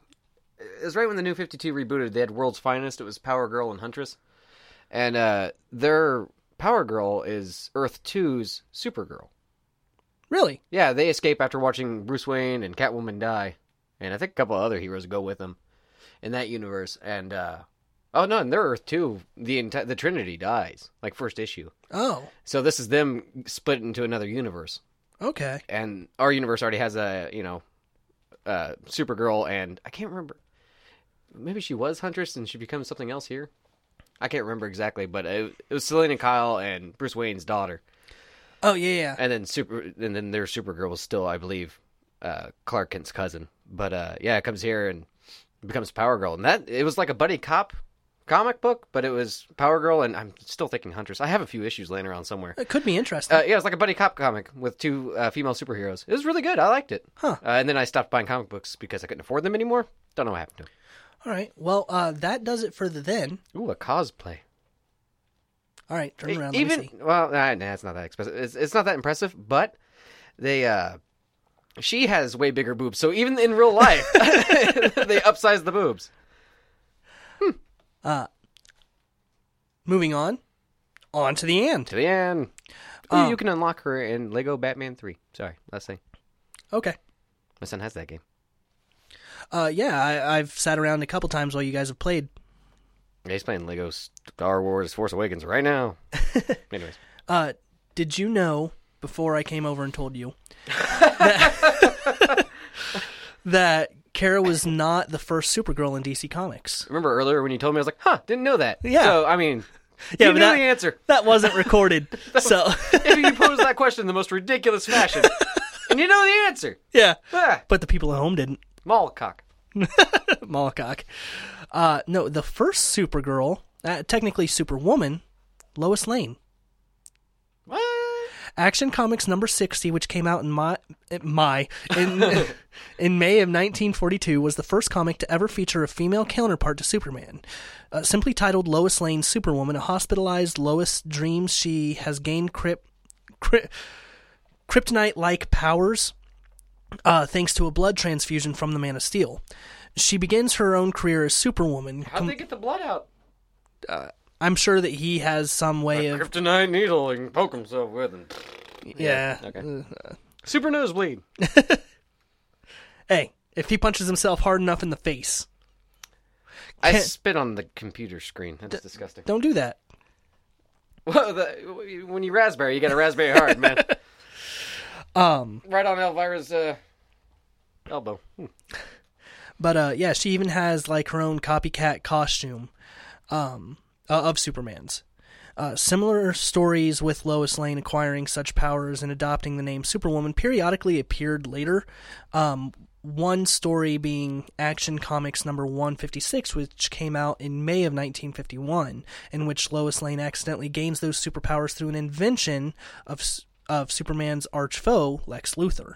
[SPEAKER 2] it was right when the New Fifty Two rebooted. They had World's Finest. It was Power Girl and Huntress, and uh, their Power Girl is Earth 2's Supergirl.
[SPEAKER 1] Really?
[SPEAKER 2] Yeah, they escape after watching Bruce Wayne and Catwoman die, and I think a couple of other heroes go with them in that universe. And uh, oh no, in their Earth 2, the entire the Trinity dies like first issue.
[SPEAKER 1] Oh,
[SPEAKER 2] So this is them split into another universe
[SPEAKER 1] okay.
[SPEAKER 2] and our universe already has a you know uh supergirl and i can't remember maybe she was huntress and she becomes something else here i can't remember exactly but it, it was selena kyle and bruce wayne's daughter
[SPEAKER 1] Oh yeah, yeah.
[SPEAKER 2] and then super and then their supergirl was still i believe uh clark kent's cousin but uh yeah it comes here and becomes power girl and that it was like a buddy cop comic book but it was power girl and i'm still thinking huntress i have a few issues laying around somewhere
[SPEAKER 1] It could be interesting.
[SPEAKER 2] uh, yeah, it's like a buddy cop comic with two uh, female superheroes. It was really good. I liked it.
[SPEAKER 1] Huh.
[SPEAKER 2] Uh, and then I stopped buying comic books because I couldn't afford them anymore. Don't know what happened to them.
[SPEAKER 1] all right. Well, uh, that does it for the then.
[SPEAKER 2] Ooh, a cosplay. E-
[SPEAKER 1] All right, turn around. Even
[SPEAKER 2] Even well, nah, nah, it's not that expensive. It's, it's not that impressive, but they. uh she has way bigger boobs, so even in real life, they upsize the boobs.
[SPEAKER 1] moving on, on to the end.
[SPEAKER 2] To the end, Ooh,
[SPEAKER 1] Oh.
[SPEAKER 2] you can unlock her in Lego Batman Three. Sorry, last thing.
[SPEAKER 1] Okay.
[SPEAKER 2] My son has that game.
[SPEAKER 1] Uh, yeah, I, I've sat around a couple times while you guys have played.
[SPEAKER 2] Yeah, He's playing Lego Star Wars Force Awakens right now. Anyways,
[SPEAKER 1] Uh, did you know before I came over and told you that, that Kara was not the first Supergirl in DC Comics?
[SPEAKER 2] Remember earlier when you told me, I was like, huh, didn't know that.
[SPEAKER 1] Yeah.
[SPEAKER 2] So, I mean,
[SPEAKER 1] Yeah, but
[SPEAKER 2] you knew
[SPEAKER 1] that-
[SPEAKER 2] the answer.
[SPEAKER 1] That wasn't recorded, so
[SPEAKER 2] If you posed that question in the most ridiculous fashion, and you know the answer.
[SPEAKER 1] yeah.
[SPEAKER 2] Ah,
[SPEAKER 1] But the people at home didn't.
[SPEAKER 2] Mallcock.
[SPEAKER 1] Mollcock. Uh, no, the first Supergirl, uh, technically Superwoman, Lois Lane.
[SPEAKER 2] What?
[SPEAKER 1] Action Comics number 60, which came out in my, in my in, in May of 1942, was the first comic to ever feature a female counterpart to Superman. Uh, simply titled Lois Lane Superwoman, a hospitalized Lois dreams she has gained crypt, crypt, kryptonite like powers uh, thanks to a blood transfusion from the Man of Steel. She begins her own career as Superwoman.
[SPEAKER 2] How'd they get the blood out?
[SPEAKER 1] I'm sure that he has some way of.
[SPEAKER 2] Kryptonite needle and poke himself with. And...
[SPEAKER 1] Yeah. Uh,
[SPEAKER 2] Okay. Super nosebleed.
[SPEAKER 1] Hey, if he punches himself hard enough in the face,
[SPEAKER 2] I
[SPEAKER 1] Can't-
[SPEAKER 2] spit on the computer screen. That's disgusting.
[SPEAKER 1] don't do that.
[SPEAKER 2] Well, the, when you raspberry, you get a raspberry hard, man. Um, right on Elvira's uh, elbow. Hmm.
[SPEAKER 1] But uh, yeah, she even has like her own copycat costume um, uh, of Superman's. Uh, similar stories with Lois Lane acquiring such powers and adopting the name Superwoman periodically appeared later. Um, one story being Action Comics number 156, which came out in May of 1951, in which Lois Lane accidentally gains those superpowers through an invention of, s- of Superman's arch foe, Lex Luthor.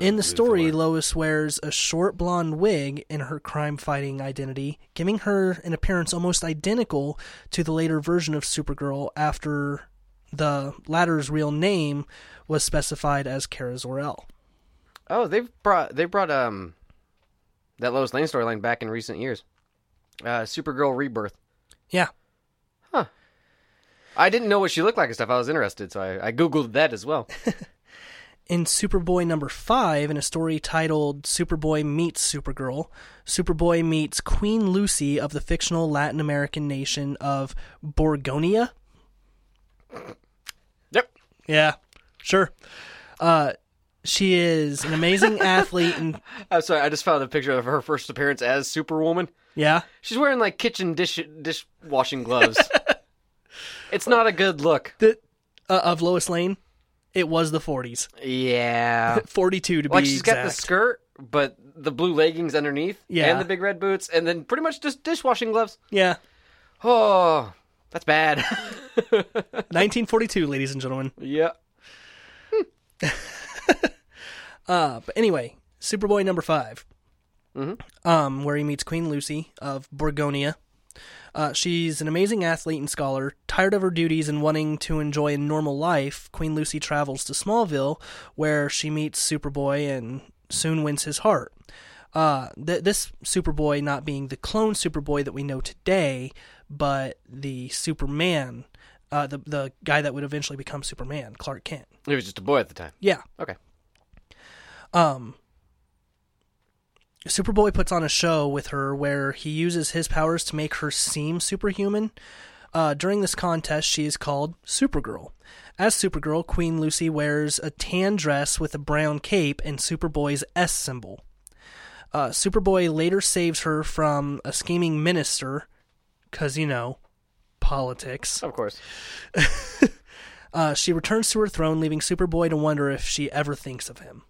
[SPEAKER 1] In the story, Lois wears a short blonde wig in her crime fighting identity, giving her an appearance almost identical to the later version of Supergirl after the latter's real name was specified as Kara Zor-El.
[SPEAKER 2] Oh, they've brought they brought um that Lois Lane storyline back in recent years. Uh, Supergirl Rebirth.
[SPEAKER 1] Yeah.
[SPEAKER 2] I didn't know what she looked like and stuff. I was interested, so I, I googled that as well.
[SPEAKER 1] In Superboy number 5, in a story titled Superboy Meets Supergirl, Superboy meets Queen Lucy of the fictional Latin American nation of Borgonia.
[SPEAKER 2] yep.
[SPEAKER 1] Yeah, sure. Uh, she is an amazing athlete, and
[SPEAKER 2] I'm Uh, sorry. I just found a picture of her first appearance as Superwoman.
[SPEAKER 1] yeah,
[SPEAKER 2] She's wearing like kitchen dish dishwashing gloves. it's not a good look.
[SPEAKER 1] the uh, of Lois Lane, it was the forties,
[SPEAKER 2] Yeah.
[SPEAKER 1] forty-two to be
[SPEAKER 2] Like she's
[SPEAKER 1] exact.
[SPEAKER 2] got the skirt, but the blue leggings underneath,
[SPEAKER 1] Yeah.
[SPEAKER 2] and the big red boots, and then pretty much just dishwashing gloves.
[SPEAKER 1] yeah,
[SPEAKER 2] Oh, that's bad.
[SPEAKER 1] nineteen forty-two, ladies and gentlemen.
[SPEAKER 2] yeah.
[SPEAKER 1] Uh, but anyway, Superboy number 5
[SPEAKER 2] Mhm.
[SPEAKER 1] um, where he meets Queen Lucy of Borgonia. Uh, she's an amazing athlete and scholar. Tired of her duties and wanting to enjoy a normal life, Queen Lucy travels to Smallville, where she meets Superboy and soon wins his heart. Uh, th- this Superboy not being the clone Superboy that we know today, but the Superman, uh, the the guy that would eventually become Superman, Clark Kent.
[SPEAKER 2] He was just a boy at the time.
[SPEAKER 1] Yeah,
[SPEAKER 2] Okay.
[SPEAKER 1] um Superboy puts on a show with her where he uses his powers to make her seem superhuman. Uh, during this contest, she is called Supergirl. As Supergirl, Queen Lucy wears a tan dress with a brown cape and Superboy's S symbol. Uh, Superboy later saves her from a scheming minister, because, you know, politics.
[SPEAKER 2] Of course.
[SPEAKER 1] Uh, she returns to her throne, leaving Superboy to wonder if she ever thinks of him.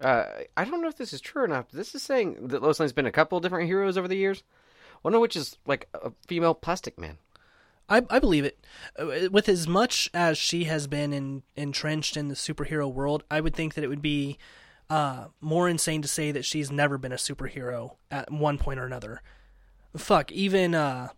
[SPEAKER 2] Uh, I don't know if this is true or not, but this is saying that Lois Lane's been a couple different heroes over the years. One of which is like a female plastic man.
[SPEAKER 1] I, I believe it. Uh, With as much as she has been in, entrenched in the superhero world, I would think that it would be uh, more insane to say that she's never been a superhero at one point or another. Fuck, even uh,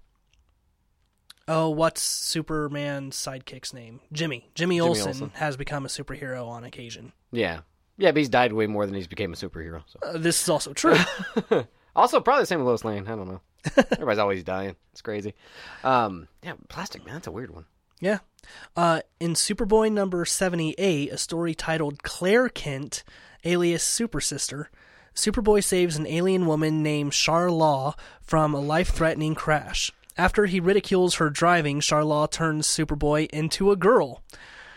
[SPEAKER 1] oh, what's Superman's sidekick's name? Jimmy. Jimmy, Olsen,
[SPEAKER 2] Olsen.
[SPEAKER 1] has become a superhero on occasion.
[SPEAKER 2] Yeah. Yeah, but he's died way more than he's became a superhero. So.
[SPEAKER 1] Uh, this is also true.
[SPEAKER 2] Also, probably the same with Lois Lane. I don't know. Everybody's always dying. It's crazy. Um, yeah, plastic man. That's a weird one.
[SPEAKER 1] Yeah. Uh, in Superboy number 78, a story titled Claire Kent, alias Super Sister, Superboy saves an alien woman named Char Law from a life threatening crash. After he ridicules her driving, Char Law turns Superboy into a girl.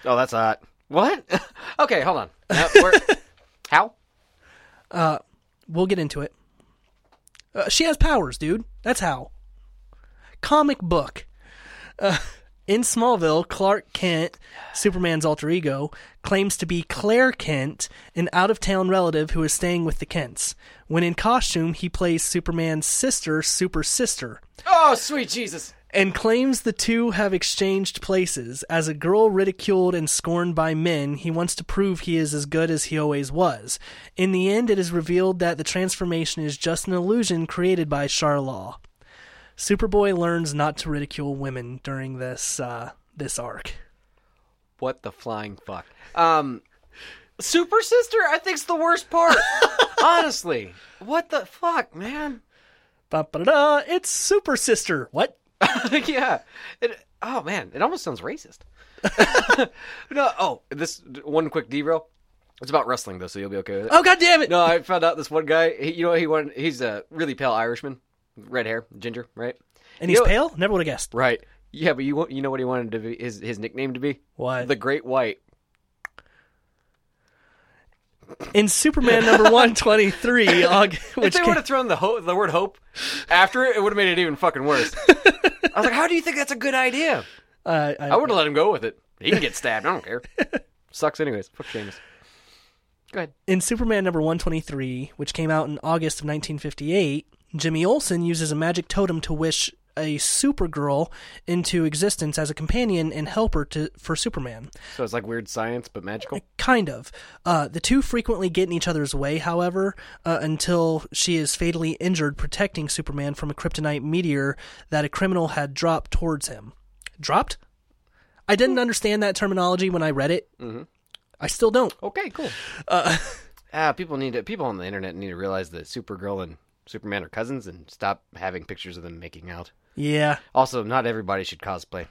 [SPEAKER 2] Oh, that's hot. What? okay, hold on. Uh, where- How?
[SPEAKER 1] We'll get into it. Uh, she has powers, dude. That's how. Comic book. Uh, in Smallville, Clark Kent, Superman's alter ego, claims to be Claire Kent, an out of town relative who is staying with the Kents. When in costume, he plays Superman's sister, Super Sister
[SPEAKER 2] Oh, sweet Jesus.
[SPEAKER 1] and claims the two have exchanged places. As a girl ridiculed and scorned by men, he wants to prove he is as good as he always was. In the end, it is revealed that the transformation is just an illusion created by Charlaw. Superboy learns not to ridicule women during this uh, this arc.
[SPEAKER 2] What the flying fuck? Um, Super Sister, I think's the worst part. Honestly, what the fuck, man?
[SPEAKER 1] Ba-ba-da-da, it's Super Sister. What?
[SPEAKER 2] yeah. It, oh man, it almost sounds racist. no. Oh, this one quick derail. It's about wrestling though, so you'll be okay with it.
[SPEAKER 1] Oh god damn it!
[SPEAKER 2] No, I found out this one guy. He, you know, he won. He's a really pale Irishman, red hair, ginger, right?
[SPEAKER 1] and he's
[SPEAKER 2] you know-
[SPEAKER 1] pale? Never would have guessed.
[SPEAKER 2] Right. Yeah, but you want- you know what he wanted to be his his nickname to be
[SPEAKER 1] What?
[SPEAKER 2] the Great White.
[SPEAKER 1] In Superman number 123, Aug-
[SPEAKER 2] If
[SPEAKER 1] which
[SPEAKER 2] they
[SPEAKER 1] came-
[SPEAKER 2] would have thrown the ho- the word hope after it, it would have made it even fucking worse. I was like, how do you think that's a good idea?
[SPEAKER 1] uh, I-
[SPEAKER 2] I would have let him go with it. He can get stabbed. I don't care. Sucks anyways. Fuck Seamus. Go ahead.
[SPEAKER 1] In Superman number 123, which came out in August of 1958, Jimmy Olsen uses a magic totem to wish a Supergirl into existence as a companion and helper to for Superman.
[SPEAKER 2] So it's like weird science, but magical.
[SPEAKER 1] Kind of. Uh, the two frequently get in each other's way, however, uh, until she is fatally injured protecting Superman from a kryptonite meteor that a criminal had dropped towards him. Dropped? I didn't understand that terminology when I read it. Mm-hmm. I still don't.
[SPEAKER 2] Okay, cool. Ah, people need to, people on the internet need to realize that Supergirl and Superman are cousins and stop having pictures of them making out.
[SPEAKER 1] Yeah.
[SPEAKER 2] Also, not everybody should cosplay.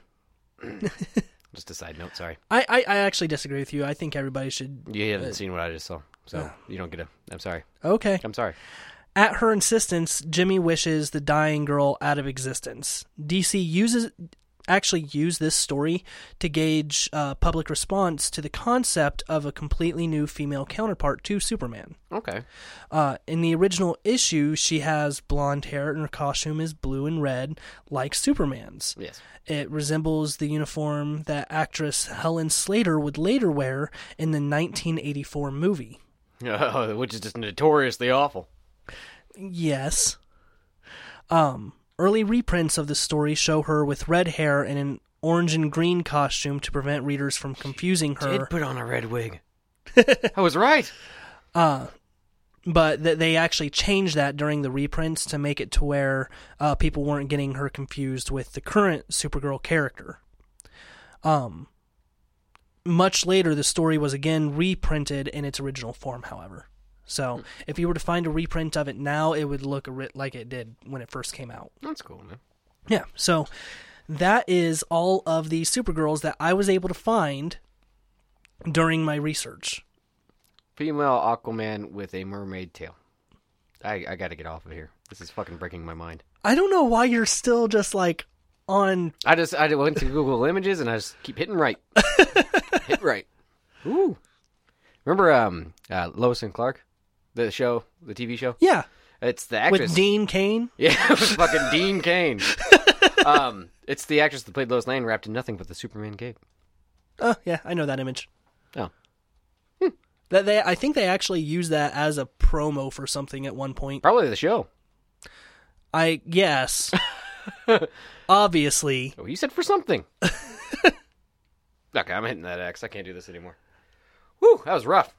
[SPEAKER 2] just a side note. Sorry,
[SPEAKER 1] I, I, I actually disagree with you. I think everybody should
[SPEAKER 2] you haven't seen what I just saw, so you don't get a. I'm sorry.
[SPEAKER 1] Okay.
[SPEAKER 2] I'm sorry.
[SPEAKER 1] At her insistence, Jimmy wishes the dying girl out of existence. DC uses actually used this story to gauge uh, public response to the concept of a completely new female counterpart to Superman.
[SPEAKER 2] Okay.
[SPEAKER 1] Uh, in the original issue, she has blonde hair and her costume is blue and red, like Superman's.
[SPEAKER 2] Yes.
[SPEAKER 1] It resembles the uniform that actress Helen Slater would later wear in the 1984 movie.
[SPEAKER 2] Oh, which is just notoriously awful.
[SPEAKER 1] Yes. Um, early reprints of the story show her with red hair and an orange and green costume to prevent readers from confusing her.
[SPEAKER 2] Did put on a red wig. I was right.
[SPEAKER 1] Uh, but th- they actually changed that during the reprints to make it to where uh, people weren't getting her confused with the current Supergirl character. Um, much later, the story was again reprinted in its original form, however. So if you were to find a reprint of it now, it would look a ri- like it did when it first came out.
[SPEAKER 2] That's cool, man.
[SPEAKER 1] Yeah, so that is all of the Supergirls that I was able to find during my research.
[SPEAKER 2] Female Aquaman with a mermaid tail. I, I gotta get off of here. This is fucking breaking my mind.
[SPEAKER 1] I don't know why you're still just like on.
[SPEAKER 2] I just I went to Google Images and I just keep hitting right, hit right. Ooh, remember um uh, Lois and Clark, the show, the TV show.
[SPEAKER 1] Yeah,
[SPEAKER 2] It's the
[SPEAKER 1] with
[SPEAKER 2] actress.
[SPEAKER 1] Dean Kane.
[SPEAKER 2] yeah, it was fucking Dean Kane. um, it's the actress that played Lois Lane wrapped in nothing but the Superman cape.
[SPEAKER 1] Oh, yeah, I know that image.
[SPEAKER 2] Oh,
[SPEAKER 1] That they, I think they actually used that as a promo for something at one point.
[SPEAKER 2] probably the show.
[SPEAKER 1] I guess. Obviously,
[SPEAKER 2] Oh, you said for something. okay, I'm hitting that X. I can't do this anymore. Whew, that was rough.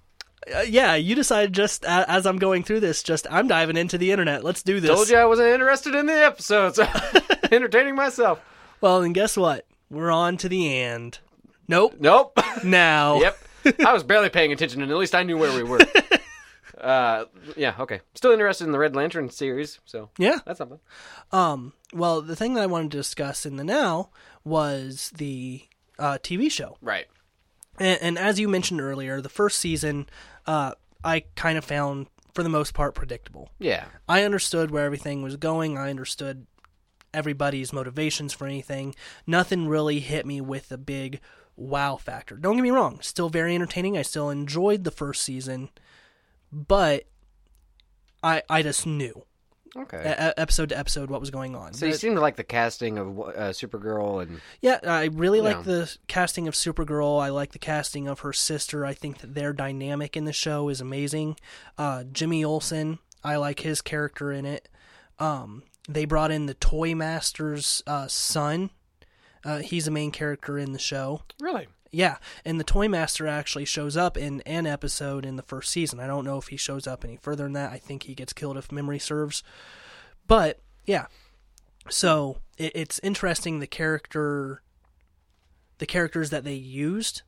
[SPEAKER 1] Uh, yeah. You decide just a- as I'm going through this, just I'm diving into the internet. Let's do this.
[SPEAKER 2] Told you I wasn't interested in the episodes. Entertaining myself.
[SPEAKER 1] Well, then guess what? We're on to the end. Nope.
[SPEAKER 2] Nope.
[SPEAKER 1] Now.
[SPEAKER 2] Yep. I was barely paying attention, and at least I knew where we were. uh, yeah. Okay. Still interested in the Red Lantern series, so
[SPEAKER 1] Yeah.
[SPEAKER 2] that's something.
[SPEAKER 1] Um, well, the thing that I wanted to discuss in the now was the uh, TV show.
[SPEAKER 2] Right.
[SPEAKER 1] And, and as you mentioned earlier, the first season uh, I kind of found, for the most part, predictable.
[SPEAKER 2] Yeah.
[SPEAKER 1] I understood where everything was going, I understood everybody's motivations for anything. Nothing really hit me with a big wow factor. Don't get me wrong, still very entertaining. I still enjoyed the first season, but. I, I just knew e-
[SPEAKER 2] Okay.
[SPEAKER 1] episode to episode what was going on.
[SPEAKER 2] So you seem to like the casting of uh, Supergirl, and
[SPEAKER 1] Yeah, I really like
[SPEAKER 2] Yeah.
[SPEAKER 1] the casting of Supergirl. I like the casting of her sister. I think that their dynamic in the show is amazing. Uh, Jimmy Olsen, I like his character in it. Um, they brought in the Toy Master's uh, son. Uh, he's a main character in the show.
[SPEAKER 2] really,
[SPEAKER 1] Yeah, and the Toy Master actually shows up in an episode in the first season. I don't know if he shows up any further than that. I think he gets killed if memory serves. But yeah, so it, it's interesting the character, the characters that they used,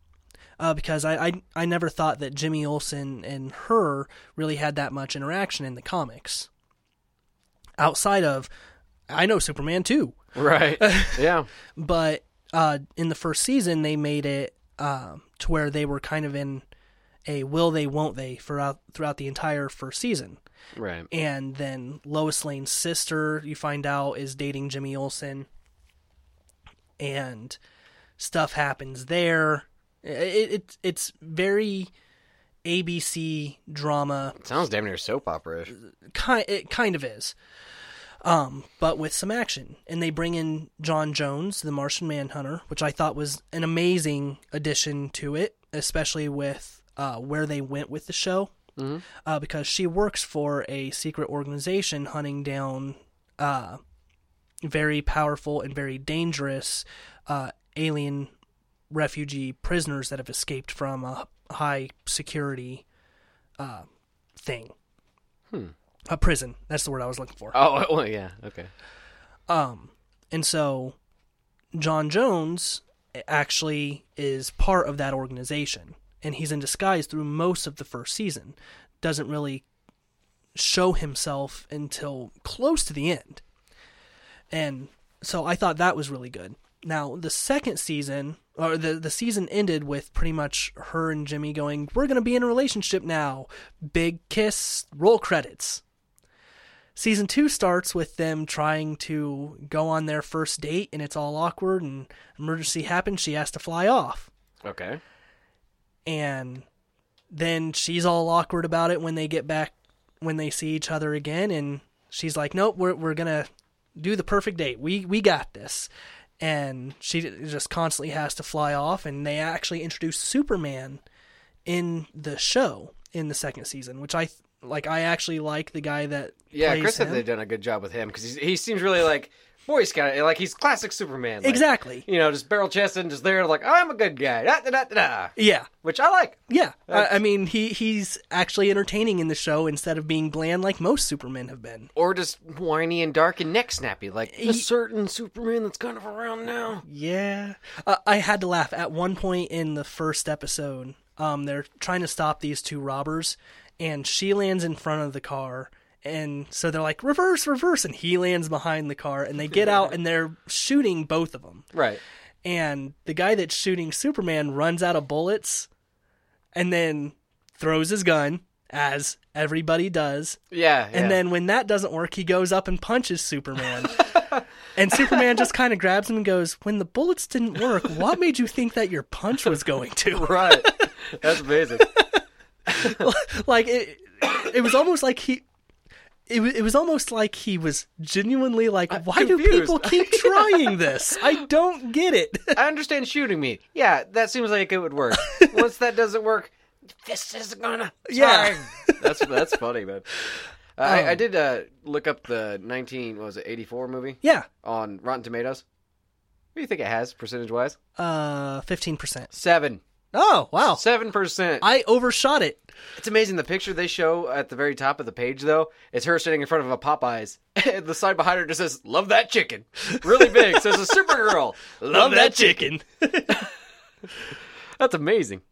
[SPEAKER 1] uh, because I, I I never thought that Jimmy Olsen and her really had that much interaction in the comics. Outside of, I know Superman too
[SPEAKER 2] right? yeah.
[SPEAKER 1] but uh, in the first season they made it um, to where they were kind of in a will they won't they throughout throughout the entire first season
[SPEAKER 2] Right.
[SPEAKER 1] and then lois lane's sister you find out is dating jimmy olsen and stuff happens there it, it, it's- it's very abc drama
[SPEAKER 2] Sounds damn near soap opera.
[SPEAKER 1] kind it kind of is, um, but with some action. And they bring in John Jones, the Martian Manhunter, which I thought was an amazing addition to it, especially with uh, where they went with the show, mm-hmm. uh, because she works for a secret organization hunting down uh, very powerful and very dangerous uh, alien refugee prisoners that have escaped from a high security uh, thing. A prison. That's the word I was looking for.
[SPEAKER 2] Oh, well, yeah. Okay.
[SPEAKER 1] Um, and so John Jones actually is part of that organization, and he's in disguise through most of the first season. Doesn't really show himself until close to the end. And so I thought that was really good. Now, the second season, or the, the season ended with pretty much her and Jimmy going, We're going to be in a relationship now. Big kiss, roll credits season two starts with them trying to go on their first date and it's all awkward and emergency happens she has to fly off
[SPEAKER 2] Okay.
[SPEAKER 1] and then she's all awkward about it when they get back when they see each other again and she's like nope we're, we're gonna do the perfect date we we got this and she just constantly has to fly off and they actually introduced superman in the show in the second season which i Like I actually like the guy that
[SPEAKER 2] Yeah,
[SPEAKER 1] plays
[SPEAKER 2] Chris said
[SPEAKER 1] him.
[SPEAKER 2] they've done a good job with him because he seems really like Boy Scout, eh, like he's classic Superman. like,
[SPEAKER 1] exactly.
[SPEAKER 2] You know, just barrel chested, just there, like I'm a good guy, da da da da, da,
[SPEAKER 1] Yeah,
[SPEAKER 2] which I like.
[SPEAKER 1] yeah. I, I mean, he he's actually entertaining in the show instead of being bland like most Supermen have been.
[SPEAKER 2] Or just whiny and dark and neck snappy, like a certain Superman that's kind of around now.
[SPEAKER 1] Yeah, uh, I had to laugh at one point in the first episode. Um, they're trying to stop these two robbers, and she lands in front of the car, and so they're like reverse, reverse, and he lands behind the car, and they get out and they're shooting both of them.
[SPEAKER 2] Right.
[SPEAKER 1] And the guy that's shooting Superman runs out of bullets, and then throws his gun as everybody does.
[SPEAKER 2] Yeah. yeah.
[SPEAKER 1] And then when that doesn't work, he goes up and punches Superman. and Superman just kind of grabs him and goes, "When the bullets didn't work, what made you think that your punch was going to?"
[SPEAKER 2] right. That's amazing.
[SPEAKER 1] like it, it was almost like he. It, wa- it was almost like he was genuinely like, why do
[SPEAKER 2] confused.
[SPEAKER 1] people keep trying this? I don't get it.
[SPEAKER 2] I understand shooting me. Yeah, that seems like it would work. Once that doesn't work, this is gonna.
[SPEAKER 1] Yeah. Um,
[SPEAKER 2] Sorry. that's that's funny, man. Uh, I, I did uh, look up the nineteen what was it eighty four movie
[SPEAKER 1] yeah,
[SPEAKER 2] on Rotten Tomatoes. What do you think it has percentage wise?
[SPEAKER 1] uh, fifteen percent.
[SPEAKER 2] Seven.
[SPEAKER 1] Oh wow,
[SPEAKER 2] Seven percent.
[SPEAKER 1] I overshot it.
[SPEAKER 2] It's amazing the picture they show at the very top of the page though. It's her sitting in front of a Popeyes. And the sign behind her just says "Love that chicken," really big. Says a Supergirl. Love, that chicken. That's amazing.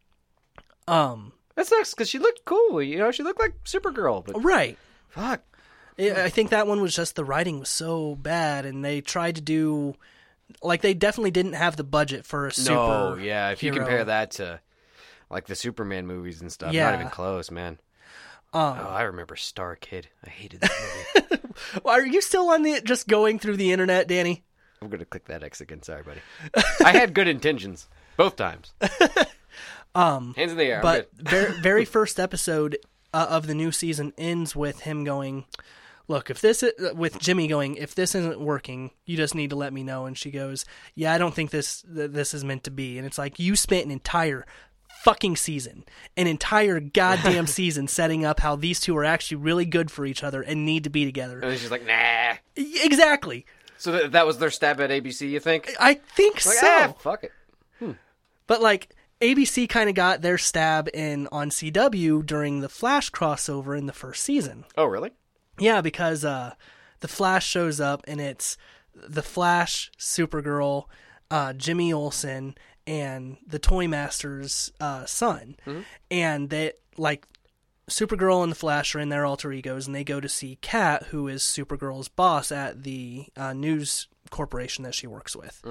[SPEAKER 1] um,
[SPEAKER 2] That sucks because she looked cool. You know, she looked like Supergirl. But
[SPEAKER 1] right.
[SPEAKER 2] fuck,
[SPEAKER 1] I I think that one was just the writing was so bad, and they tried to do, like they definitely didn't have the budget for a super.
[SPEAKER 2] no, yeah. If you
[SPEAKER 1] hero.
[SPEAKER 2] compare that to like the Superman movies and stuff,
[SPEAKER 1] Yeah.
[SPEAKER 2] not even close, man. oh,
[SPEAKER 1] Um,
[SPEAKER 2] I remember Star Kid. I hated that movie.
[SPEAKER 1] well, are you still on the just going through the internet, Danny?
[SPEAKER 2] I'm gonna click that X again. Sorry, buddy. I had good intentions both times. um, hands in the air. I'm
[SPEAKER 1] But
[SPEAKER 2] good.
[SPEAKER 1] very, very first episode uh, of the new season ends with him going, "Look, if this i- with Jimmy going, if this isn't working, you just need to let me know." And she goes, "Yeah, I don't think this th- this is meant to be." And it's like you spent an entire fucking season, an entire goddamn season setting up how these two are actually really good for each other and need to be together.
[SPEAKER 2] and then she's like, nah.
[SPEAKER 1] Y- Exactly.
[SPEAKER 2] So th- that was their stab at ABC. You think?
[SPEAKER 1] I think
[SPEAKER 2] Like,
[SPEAKER 1] Eh, so.
[SPEAKER 2] ah, fuck it.
[SPEAKER 1] But like ABC kind of got their stab in on CW during the Flash crossover in the first season.
[SPEAKER 2] Oh, really?
[SPEAKER 1] Yeah, because uh, the Flash shows up and it's the Flash, Supergirl, uh, Jimmy Olsen, and the Toy Master's uh, son, and they like Supergirl and the Flash are in their alter egos, and they go to see Kat, who is Supergirl's boss at the uh, news corporation that she works with.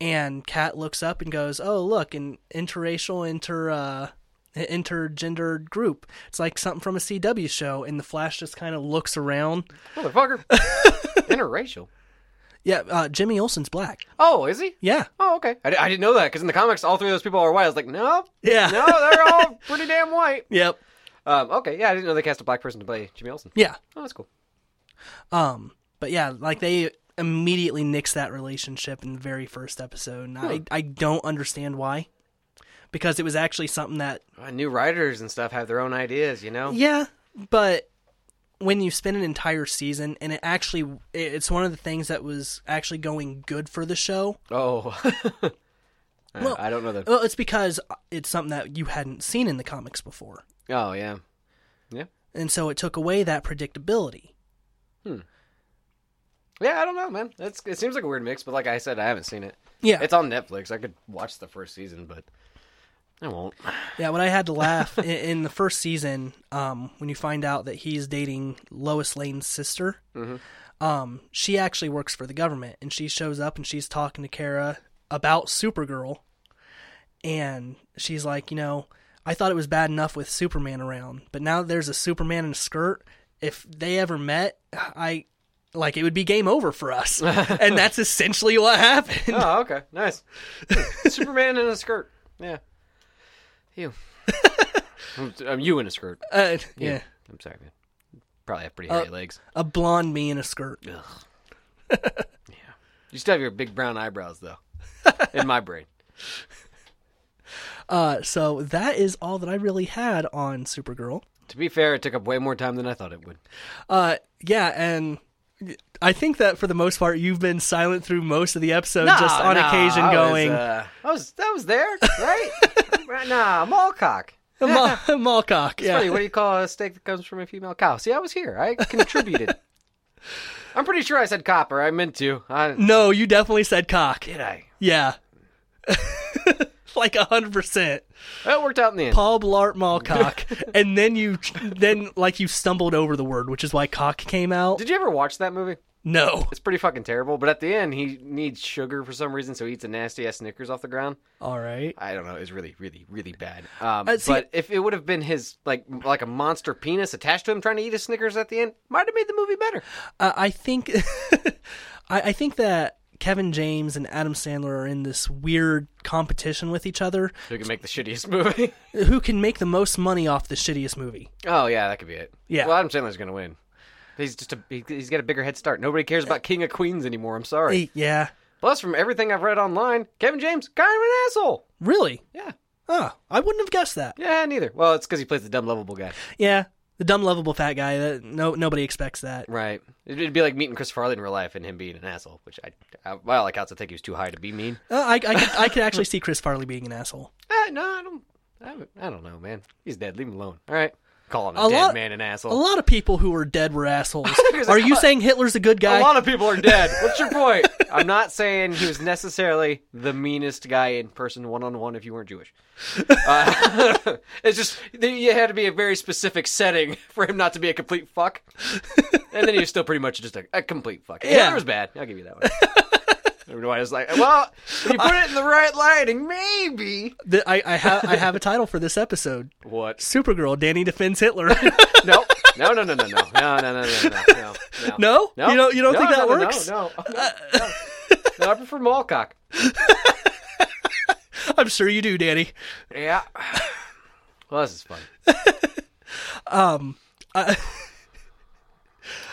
[SPEAKER 1] And Kat looks up and goes, "Oh, look, an interracial, inter." Uh, intergendered group. It's like something from a CW show, and the Flash just kind of looks around.
[SPEAKER 2] Motherfucker. Interracial.
[SPEAKER 1] Yeah, uh, Jimmy Olsen's black.
[SPEAKER 2] Oh, is he?
[SPEAKER 1] Yeah,
[SPEAKER 2] Oh, okay. I, di- I didn't know that because in the comics, all three of those people are white. I was like, no,
[SPEAKER 1] Yeah.
[SPEAKER 2] no, they're all pretty damn white.
[SPEAKER 1] Yep.
[SPEAKER 2] Um, okay, yeah, I didn't know they cast a black person to play Jimmy Olsen.
[SPEAKER 1] Yeah.
[SPEAKER 2] Oh, that's cool.
[SPEAKER 1] Um. But yeah, like they immediately nix that relationship in the very first episode, and I I don't understand why, because it was actually something that
[SPEAKER 2] Uh, new writers and stuff have their own ideas, you know.
[SPEAKER 1] yeah, but when you spend an entire season and it actually it- it's one of the things that was actually going good for the show.
[SPEAKER 2] Oh, Uh, I don't know that.
[SPEAKER 1] Well, uh, it's because it's something that you hadn't seen in the comics before.
[SPEAKER 2] Oh, yeah.
[SPEAKER 1] and so it took away that predictability.
[SPEAKER 2] Yeah, I don't know, man. That's it seems like a weird mix, but like I said, I haven't seen it.
[SPEAKER 1] Yeah,
[SPEAKER 2] It's on Netflix. I could watch the first season, but I won't.
[SPEAKER 1] yeah. What I had to laugh in, in the first season, um, when you find out that he's dating Lois Lane's sister, um, she actually works for the government, and she shows up and she's talking to Kara about Supergirl, and she's like, you know, I thought it was bad enough with Superman around, but now that there's a Superman in a skirt. If they ever met, I like it would be game over for us, and that's essentially what happened.
[SPEAKER 2] Oh, okay, nice. Superman in a skirt. Yeah. You. um, you in a skirt.
[SPEAKER 1] Uh, yeah. Uh,
[SPEAKER 2] I'm sorry, man. Probably have pretty hairy legs.
[SPEAKER 1] a blonde me in a skirt.
[SPEAKER 2] Ugh. yeah. You still have your big brown eyebrows, though. In my brain.
[SPEAKER 1] Uh, so that is all that I really had on Supergirl.
[SPEAKER 2] To be fair, it took up way more time than I thought it would.
[SPEAKER 1] Uh, yeah, and I think that for the most part, you've been silent through most of the episode,
[SPEAKER 2] No,
[SPEAKER 1] just on
[SPEAKER 2] no,
[SPEAKER 1] occasion
[SPEAKER 2] I was,
[SPEAKER 1] going.
[SPEAKER 2] uh, I was that was there, right? Right, nah, mallcock.
[SPEAKER 1] Ma- Malcock.
[SPEAKER 2] It's
[SPEAKER 1] Yeah.
[SPEAKER 2] funny, what do you call a steak that comes from a female cow? See, I was here. I contributed. I'm pretty sure I said copper. I meant to. I,
[SPEAKER 1] No, you definitely said cock.
[SPEAKER 2] did I?
[SPEAKER 1] Yeah. like a hundred percent.
[SPEAKER 2] That worked out in the end.
[SPEAKER 1] Paul Blart Mallcock, and then you, then like you stumbled over the word, which is why cock came out.
[SPEAKER 2] Did you ever watch that movie?
[SPEAKER 1] No.
[SPEAKER 2] It's pretty fucking terrible. But at the end, he needs sugar for some reason, so he eats a nasty ass Snickers off the ground.
[SPEAKER 1] All right.
[SPEAKER 2] I don't know. It's really, really, really bad. Um,
[SPEAKER 1] Uh, see-
[SPEAKER 2] but if it would have been his like like a monster penis attached to him trying to eat his Snickers at the end, might have made the movie better.
[SPEAKER 1] Uh, I think, I, I think that Kevin James and Adam Sandler are in this weird competition with each other,
[SPEAKER 2] So he can make the shittiest movie.
[SPEAKER 1] who can make the most money off the shittiest movie.
[SPEAKER 2] oh yeah, that could be it.
[SPEAKER 1] Yeah.
[SPEAKER 2] Well, Adam Sandler's gonna win. He's just a he, he's got a bigger head start. Nobody cares about King of Queens anymore. I'm sorry.
[SPEAKER 1] Eh, Yeah.
[SPEAKER 2] Plus, from everything I've read online, Kevin James kind of an asshole.
[SPEAKER 1] Really?
[SPEAKER 2] Yeah.
[SPEAKER 1] Huh. I wouldn't have guessed that.
[SPEAKER 2] Yeah, neither. Well, it's because he plays the dumb, lovable guy.
[SPEAKER 1] Yeah. The dumb, lovable fat guy. That no, nobody expects that.
[SPEAKER 2] Right. It'd- It'd be like meeting Chris Farley in real life and him being an asshole, which I, I by all accounts, I think he was too high to be mean.
[SPEAKER 1] Uh, I, I, could, I could actually see Chris Farley being an asshole.
[SPEAKER 2] Uh, no, I don't. I, don't- I don't know, man. He's dead. Leave him alone. All right. Calling a,
[SPEAKER 1] A
[SPEAKER 2] dead
[SPEAKER 1] lot-
[SPEAKER 2] man an
[SPEAKER 1] A
[SPEAKER 2] asshole.
[SPEAKER 1] lot of people who were dead were assholes.
[SPEAKER 2] There's a
[SPEAKER 1] Are you
[SPEAKER 2] lot-
[SPEAKER 1] saying Hitler's a good
[SPEAKER 2] A
[SPEAKER 1] guy?
[SPEAKER 2] lot of people are dead. What's your point? I'm not saying he was necessarily the meanest guy in person, one on one, if you weren't Jewish. Uh, it's just you had to be a very specific setting for him not to be a complete fuck. And then he was still pretty much just a, a complete fuck. Yeah,
[SPEAKER 1] Yeah.
[SPEAKER 2] it was bad. I'll give you that one. Everyone was like, well, if you put it in the right lighting, maybe.
[SPEAKER 1] The- I, I, ha- I have a title for this episode
[SPEAKER 2] What?
[SPEAKER 1] Supergirl, Danny defends Hitler.
[SPEAKER 2] Nope. No, no, no, no, no, no, no, no, no, no, no, no.
[SPEAKER 1] no?
[SPEAKER 2] No,
[SPEAKER 1] You don't, you don't
[SPEAKER 2] no,
[SPEAKER 1] think that
[SPEAKER 2] no, no,
[SPEAKER 1] works?
[SPEAKER 2] No, no, no. No, I prefer Malcock.
[SPEAKER 1] I'm sure you do, Danny.
[SPEAKER 2] Yeah. Well, this is fun.
[SPEAKER 1] Uh,
[SPEAKER 2] What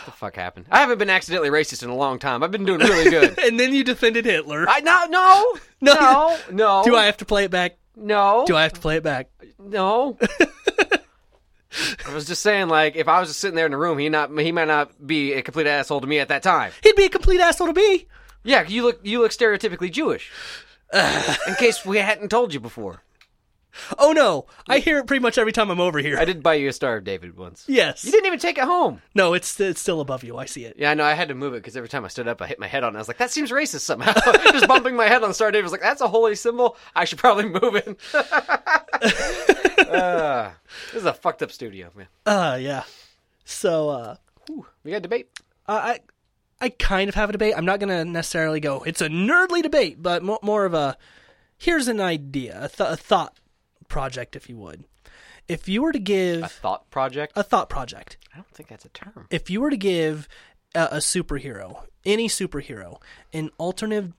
[SPEAKER 2] the fuck happened? I haven't been accidentally racist in a long time. I've been doing really good.
[SPEAKER 1] and then you defended Hitler.
[SPEAKER 2] I no no
[SPEAKER 1] No.
[SPEAKER 2] no no.
[SPEAKER 1] do I have to play it back?
[SPEAKER 2] No.
[SPEAKER 1] Do I have to play it back?
[SPEAKER 2] No. I was just saying, like, if I was just sitting there in the room, he not he might not be a complete asshole to me at that time.
[SPEAKER 1] He'd be a complete asshole to me.
[SPEAKER 2] Yeah, you look you look stereotypically Jewish. in case we hadn't told you before,
[SPEAKER 1] Oh no, I hear it pretty much every time I'm over here.
[SPEAKER 2] I did buy you a Star of David once.
[SPEAKER 1] yes.
[SPEAKER 2] You didn't even take it home.
[SPEAKER 1] No, it's it's still above you. I see it.
[SPEAKER 2] Yeah, I know. I had to move it because every time I stood up, I hit my head on it. I was like, that seems racist somehow. Just bumping my head on Star David was like, that's a holy symbol. I should probably move it. Uh, this is a fucked up studio, man.
[SPEAKER 1] Uh yeah. So uh
[SPEAKER 2] Ooh, we got a debate.
[SPEAKER 1] I I kind of have a debate. I'm not going to necessarily go it's a nerdly debate, but mo- more of a here's an idea, a, th- a thought project if you would. If you were to
[SPEAKER 2] A
[SPEAKER 1] give
[SPEAKER 2] thought project.
[SPEAKER 1] a thought project,
[SPEAKER 2] I don't think that's a term.
[SPEAKER 1] if you were to give a, a superhero, any superhero, an alternative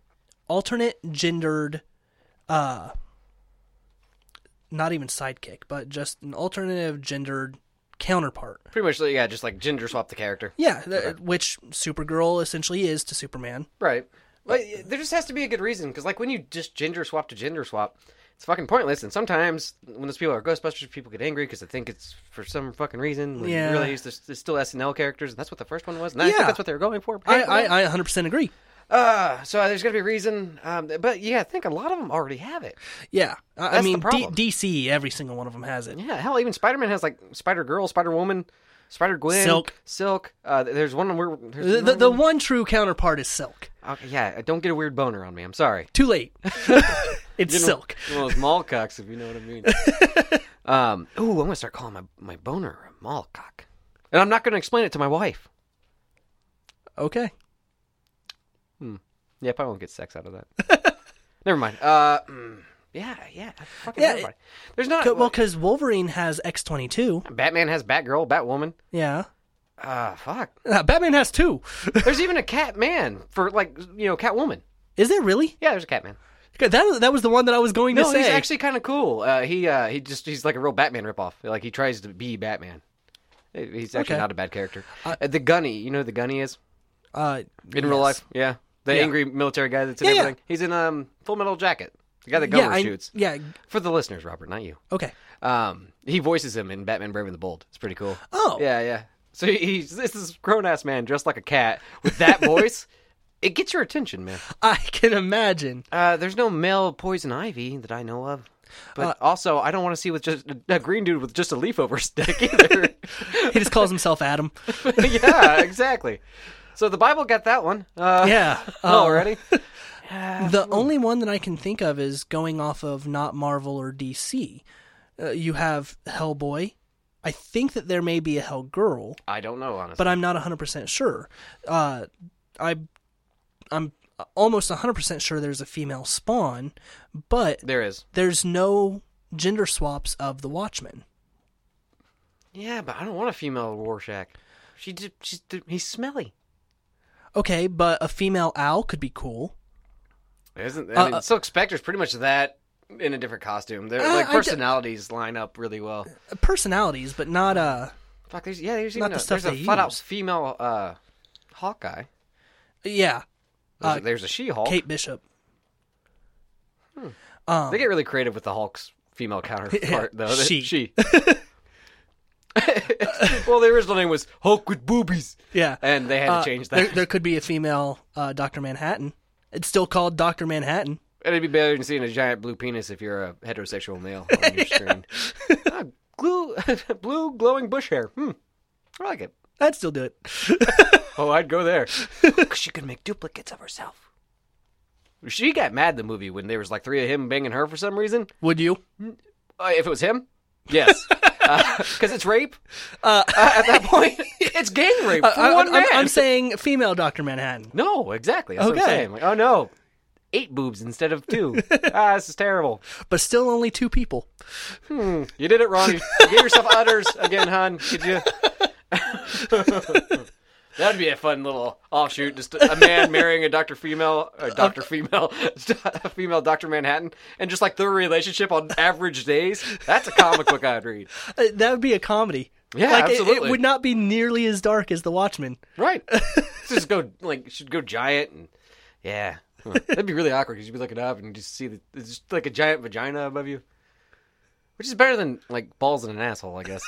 [SPEAKER 1] alternate gendered uh not even sidekick, but just an alternative gendered counterpart
[SPEAKER 2] Pretty much, yeah, just like gender swap the character.
[SPEAKER 1] Yeah, th- which Supergirl essentially is to Superman.
[SPEAKER 2] Right. But there just has to be a good reason because, like, when you just gender swap to gender swap, it's fucking pointless. And sometimes when those people are Ghostbusters, people get angry because they think it's for some fucking reason. When
[SPEAKER 1] Yeah.
[SPEAKER 2] Really, it's, just- it's still SNL characters, and that's what the first one was. And I think
[SPEAKER 1] Yeah.
[SPEAKER 2] that's what they were going for.
[SPEAKER 1] I, I, I 100% agree.
[SPEAKER 2] uh, so there's gonna be a reason. Um, but yeah, I think a lot of them already have it.
[SPEAKER 1] Yeah, I, I
[SPEAKER 2] That's the
[SPEAKER 1] mean D-
[SPEAKER 2] problem.
[SPEAKER 1] DC, every single one of them has it.
[SPEAKER 2] Yeah, hell, even Spider Man has like Spider Girl, Spider Woman, Spider Gwen,
[SPEAKER 1] Silk.
[SPEAKER 2] Silk. Uh, there's one where there's
[SPEAKER 1] The, the,
[SPEAKER 2] one
[SPEAKER 1] the one true counterpart is Silk.
[SPEAKER 2] Okay, uh, yeah, don't get a weird boner on me. I'm sorry.
[SPEAKER 1] Too late. it's Silk.
[SPEAKER 2] One of those mall cocks, if you know what I mean. um, ooh, I'm gonna start calling my my boner a mall cock, and I'm not gonna explain it to my wife.
[SPEAKER 1] Okay.
[SPEAKER 2] Yeah, probably won't get sex out of that. Never mind. Uh, mm, yeah, yeah, I fucking
[SPEAKER 1] Yeah,
[SPEAKER 2] everybody. There's not.
[SPEAKER 1] Co- Well, because Wolverine has X22.
[SPEAKER 2] Batman has Batgirl, Batwoman.
[SPEAKER 1] Yeah.
[SPEAKER 2] Uh, fuck.
[SPEAKER 1] Uh, Batman has two.
[SPEAKER 2] There's even a Catman for like you know Catwoman.
[SPEAKER 1] is there really?
[SPEAKER 2] Yeah, there's a Catman.
[SPEAKER 1] 'Cause That, that was the one that I was going
[SPEAKER 2] No,
[SPEAKER 1] to say.
[SPEAKER 2] he's actually kind of cool. Uh, he uh, he just he's like a real Batman ripoff. Like he tries to be Batman. He's actually
[SPEAKER 1] Okay.
[SPEAKER 2] not a bad character. Uh, the Gunny, you know who the Gunny is.
[SPEAKER 1] uh,
[SPEAKER 2] In real life, yeah. The
[SPEAKER 1] Yeah.
[SPEAKER 2] angry military guy that's in
[SPEAKER 1] Yeah, yeah.
[SPEAKER 2] everything. He's in um Full Metal Jacket. The guy that
[SPEAKER 1] yeah,
[SPEAKER 2] Gunner
[SPEAKER 1] I,
[SPEAKER 2] shoots.
[SPEAKER 1] yeah.
[SPEAKER 2] For the listeners, Robert, not you.
[SPEAKER 1] Okay.
[SPEAKER 2] Um, he voices him in Batman: Brave and the Bold. It's pretty cool.
[SPEAKER 1] Oh,
[SPEAKER 2] Yeah, yeah. So he- he's this is grown ass man dressed like a cat with that voice. It gets your attention, man.
[SPEAKER 1] I can imagine.
[SPEAKER 2] Uh, there's no male poison ivy that I know of. But
[SPEAKER 1] Uh,
[SPEAKER 2] also, I don't want to see with just a green dude with just a leaf over his dick either.
[SPEAKER 1] He just calls himself Adam.
[SPEAKER 2] yeah, exactly. So the Bible got that one. Uh,
[SPEAKER 1] Yeah. um,
[SPEAKER 2] already.
[SPEAKER 1] The only one that I can think of is going off of not Marvel or DC. Uh, you have Hellboy. I think that there may be a Hellgirl,
[SPEAKER 2] I don't know, honestly.
[SPEAKER 1] but I'm not 100% sure. Uh, I, I'm almost 100% sure there's a female Spawn, but
[SPEAKER 2] there is.
[SPEAKER 1] there's no gender swaps of the Watchmen.
[SPEAKER 2] Yeah, but I don't want a female Rorschach. She just, she's, he's smelly.
[SPEAKER 1] Okay, but a female owl could be cool.
[SPEAKER 2] Isn't I mean,
[SPEAKER 1] uh,
[SPEAKER 2] Silk Spectre's pretty much that in a different costume. Their
[SPEAKER 1] Uh,
[SPEAKER 2] like
[SPEAKER 1] I d-
[SPEAKER 2] personalities line up really well.
[SPEAKER 1] Personalities, but not uh
[SPEAKER 2] Fuck, there's yeah, there's
[SPEAKER 1] Not
[SPEAKER 2] even a,
[SPEAKER 1] the stuff
[SPEAKER 2] there's a
[SPEAKER 1] they
[SPEAKER 2] flat out
[SPEAKER 1] use.
[SPEAKER 2] female uh, Hawkeye.
[SPEAKER 1] yeah,
[SPEAKER 2] There's,
[SPEAKER 1] Uh,
[SPEAKER 2] a, there's a She-Hulk.
[SPEAKER 1] Kate Bishop.
[SPEAKER 2] They get really creative with the Hulk's female counterpart, though. They-
[SPEAKER 1] she.
[SPEAKER 2] she. well, the original name was Hulk with boobies,
[SPEAKER 1] Yeah.
[SPEAKER 2] and they had
[SPEAKER 1] Uh,
[SPEAKER 2] to change
[SPEAKER 1] There,
[SPEAKER 2] that.
[SPEAKER 1] there could be a female uh, Doctor Manhattan. It's still called Doctor Manhattan.
[SPEAKER 2] It'd be better than seeing a giant blue penis if you're a heterosexual male on your screen. Ah, glue, blue glowing bush hair. Hmm, I like it.
[SPEAKER 1] I'd still do it.
[SPEAKER 2] Oh, I'd go there. 'Cause she could make duplicates of herself. She got mad in the movie when there was like three of him banging her for some reason.
[SPEAKER 1] Would you?
[SPEAKER 2] Uh, if it was him, yes, because it's rape. Uh, at that point, it's gang rape for
[SPEAKER 1] I,
[SPEAKER 2] one man.
[SPEAKER 1] am Uh, I'm saying female Doctor Manhattan.
[SPEAKER 2] no, exactly. That's what
[SPEAKER 1] Okay.
[SPEAKER 2] I'm saying. Like, oh no, eight boobs instead of two. ah, this is terrible.
[SPEAKER 1] But still only two people.
[SPEAKER 2] You did it wrong. You you gave yourself udders again, hon. Could you? That'd be a fun little offshoot. Just a man marrying a doctor female, a doctor female, a female Doctor Manhattan, and just like their relationship on average days. That's a comic book I'd read.
[SPEAKER 1] Uh, that would be a comedy.
[SPEAKER 2] Yeah,
[SPEAKER 1] like, it- It,
[SPEAKER 2] absolutely.
[SPEAKER 1] would not be nearly as dark as The Watchmen.
[SPEAKER 2] Right. just go like should go giant and yeah. Huh. That'd be really awkward because you'd be looking up and you just see the, it's just like a giant vagina above you, which is better than like balls in an asshole, I guess.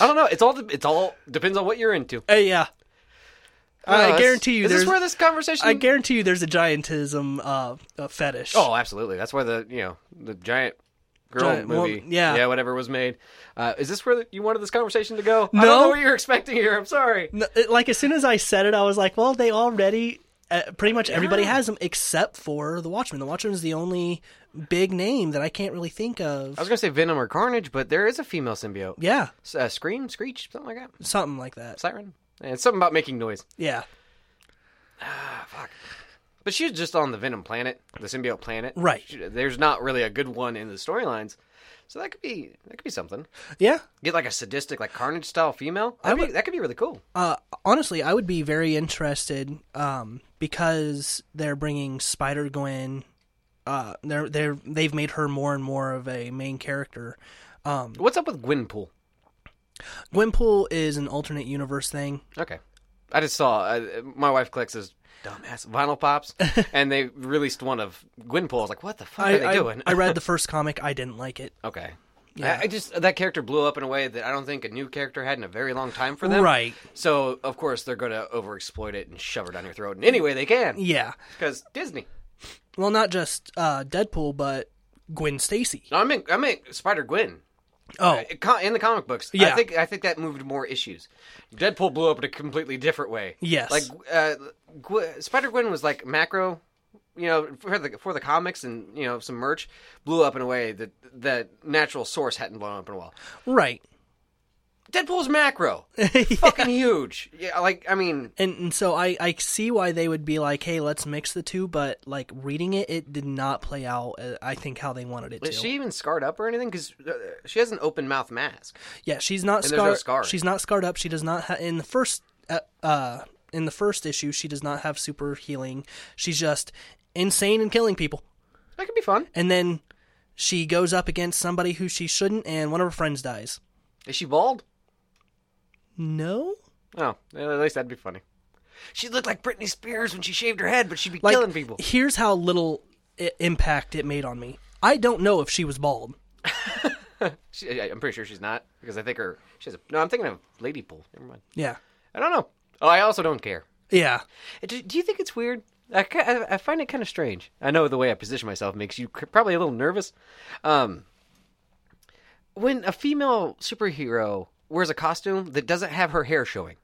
[SPEAKER 2] I don't know. It's all it's all depends on what you're into.
[SPEAKER 1] Uh, yeah. I
[SPEAKER 2] Uh,
[SPEAKER 1] guarantee you
[SPEAKER 2] Is this
[SPEAKER 1] there's-
[SPEAKER 2] where this conversation?
[SPEAKER 1] I guarantee you there's a giantism uh, uh, fetish.
[SPEAKER 2] oh, absolutely. That's why the you know the giant girl
[SPEAKER 1] Giant
[SPEAKER 2] movie,
[SPEAKER 1] woman- yeah.
[SPEAKER 2] yeah, whatever was made. Uh, is this where you wanted this conversation to go? I
[SPEAKER 1] No.
[SPEAKER 2] don't know what you're expecting here. I'm sorry.
[SPEAKER 1] No, it- like as soon as I said it, I was like, well, they already. Uh, pretty much everybody
[SPEAKER 2] Yeah.
[SPEAKER 1] has them except for the Watchmen. The Watchmen's the only big name that I can't really think of.
[SPEAKER 2] I was gonna say Venom or Carnage, but there is a female symbiote.
[SPEAKER 1] Yeah,
[SPEAKER 2] S- uh, scream, screech, something like that.
[SPEAKER 1] something like that.
[SPEAKER 2] Siren. And something about making noise.
[SPEAKER 1] Yeah,
[SPEAKER 2] But she was just on the Venom planet, the symbiote planet.
[SPEAKER 1] Right.
[SPEAKER 2] She- there's not really a good one in the storylines, so that could be that could be something.
[SPEAKER 1] yeah.
[SPEAKER 2] Get like a sadistic, like Carnage style female. That'd be, that could be really cool.
[SPEAKER 1] Uh, honestly, I would be very interested um, because they're bringing Spider Gwen. Uh, they're they're they've made her more and more of a main character. Um,
[SPEAKER 2] What's up with Gwenpool?
[SPEAKER 1] Gwenpool is an alternate universe thing.
[SPEAKER 2] Okay, I just saw uh, my wife collects this dumbass vinyl pops, and they released one of Gwenpool. I was like, what the fuck
[SPEAKER 1] I,
[SPEAKER 2] are they
[SPEAKER 1] I,
[SPEAKER 2] doing?
[SPEAKER 1] I read the first comic. I didn't like it.
[SPEAKER 2] okay. Yeah. I, I just that character blew up in a way that I don't think a new character had in a very long time for them.
[SPEAKER 1] Right.
[SPEAKER 2] So of course they're going to overexploit it and shove it down your throat in any way they can
[SPEAKER 1] Yeah.
[SPEAKER 2] because Disney.
[SPEAKER 1] Well, not just uh, Deadpool, but Gwen Stacy.
[SPEAKER 2] No, I meant I meant Spider Gwen.
[SPEAKER 1] Oh,
[SPEAKER 2] In the comic books, I
[SPEAKER 1] Yeah.
[SPEAKER 2] think I think that moved more issues. Deadpool blew up in a completely different way.
[SPEAKER 1] Yes.
[SPEAKER 2] like uh, Gw- Spider Gwen was like macro, you know, for the for the comics and you know some merch blew up in a way that that natural source hadn't blown up in a while.
[SPEAKER 1] right.
[SPEAKER 2] Deadpool's macro, fucking huge. Yeah, like I mean,
[SPEAKER 1] And, and so I, I see why they would be like, hey, let's mix the two, but like reading it, it did not play out, uh, I think, how they wanted it to.
[SPEAKER 2] is she even scarred up or anything? Because she has an open mouth mask.
[SPEAKER 1] Yeah, she's not
[SPEAKER 2] there's no
[SPEAKER 1] scarred.
[SPEAKER 2] scar.
[SPEAKER 1] She's not scarred up. She does not ha- in the first uh, uh in the first issue. She does not have super healing. She's just insane and killing people.
[SPEAKER 2] That could be fun.
[SPEAKER 1] And then she goes up against somebody who she shouldn't, and one of her friends dies.
[SPEAKER 2] Is she bald?
[SPEAKER 1] No,
[SPEAKER 2] Oh, at least that'd be funny. She looked like Britney Spears when she shaved her head, but she'd be
[SPEAKER 1] Like,
[SPEAKER 2] killing people.
[SPEAKER 1] Here's how little i- impact it made on me. I don't know if she was bald.
[SPEAKER 2] She, I- I'm pretty sure she's not because I think her. She has a. No, I'm thinking of Lady Pool. Never mind.
[SPEAKER 1] Yeah.
[SPEAKER 2] I don't know. Oh, I also don't care.
[SPEAKER 1] Yeah.
[SPEAKER 2] Uh, Do, do you think it's weird? I, ki- I- I find it kind of strange. I know the way I position myself makes you c- probably a little nervous. Um, when a female superhero wears a costume that doesn't have her hair showing,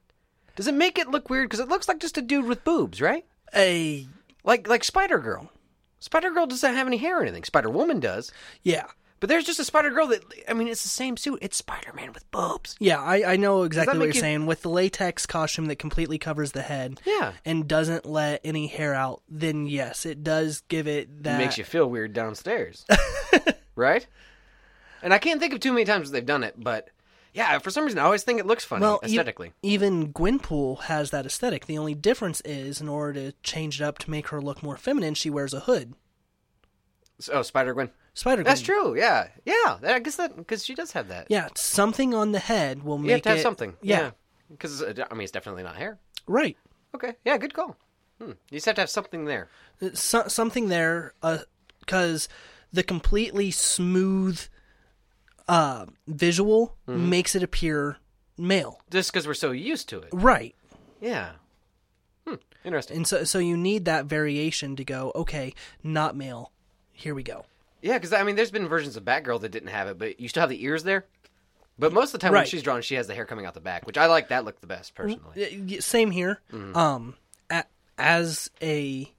[SPEAKER 2] does it make it look weird? Because it looks like just a dude with boobs, right?
[SPEAKER 1] A
[SPEAKER 2] Like like Spider Girl. Spider Girl doesn't have any hair or anything. Spider Woman does,
[SPEAKER 1] yeah.
[SPEAKER 2] but there's just a Spider Girl that I mean, it's the same suit. It's Spider Man with boobs.
[SPEAKER 1] Yeah, I, I know exactly what
[SPEAKER 2] make
[SPEAKER 1] you're
[SPEAKER 2] you-
[SPEAKER 1] saying. With the latex costume that completely covers the head
[SPEAKER 2] Yeah.
[SPEAKER 1] and doesn't let any hair out, then yes, it does give it that.
[SPEAKER 2] makes you feel weird downstairs, right? And I can't think of too many times they've done it, but yeah, for some reason I always think it looks funny
[SPEAKER 1] well, e-
[SPEAKER 2] aesthetically.
[SPEAKER 1] even Gwenpool has that aesthetic. The only difference is, in order to change it up to make her look more feminine, she wears a hood.
[SPEAKER 2] So- oh, Spider Gwen.
[SPEAKER 1] Spider
[SPEAKER 2] That's true. Yeah, yeah. that- I guess that because she does have that.
[SPEAKER 1] Mm. Yeah, something on the head will
[SPEAKER 2] you have
[SPEAKER 1] make
[SPEAKER 2] to have
[SPEAKER 1] it
[SPEAKER 2] something.
[SPEAKER 1] Yeah,
[SPEAKER 2] Because I mean, it's definitely not hair.
[SPEAKER 1] right.
[SPEAKER 2] Okay. Yeah. Good call. Hmm. You just have to have something there.
[SPEAKER 1] so, something there because the completely smooth uh, visual makes it appear male
[SPEAKER 2] Just because we're so used to it.
[SPEAKER 1] right
[SPEAKER 2] Yeah. Hmm. Interesting.
[SPEAKER 1] and so so you need that variation to go okay not male here we go
[SPEAKER 2] Yeah, because I mean, there's been versions of Batgirl that didn't have it, but you still have the ears there. But most of the time when
[SPEAKER 1] Right.
[SPEAKER 2] she's drawn, she has the hair coming out the back, which I like that look the best personally.
[SPEAKER 1] Y- y- same here um a, as a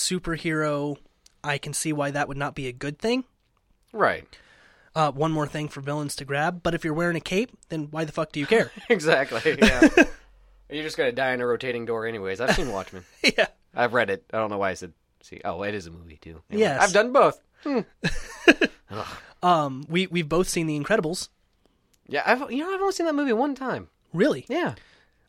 [SPEAKER 1] superhero i can see why that would not be a good thing
[SPEAKER 2] Right.
[SPEAKER 1] uh, one more thing for villains to grab but if you're wearing a cape then why the fuck do you care
[SPEAKER 2] Exactly. Yeah. You're just gonna die in a rotating door, anyways. I've seen Watchmen.
[SPEAKER 1] yeah
[SPEAKER 2] I've read it. I don't know why I said. See, oh, it is a movie too.
[SPEAKER 1] Yes.
[SPEAKER 2] I've done both.
[SPEAKER 1] um we we've both seen the incredibles
[SPEAKER 2] Yeah, I've you know I've only seen that movie one time.
[SPEAKER 1] really
[SPEAKER 2] Yeah,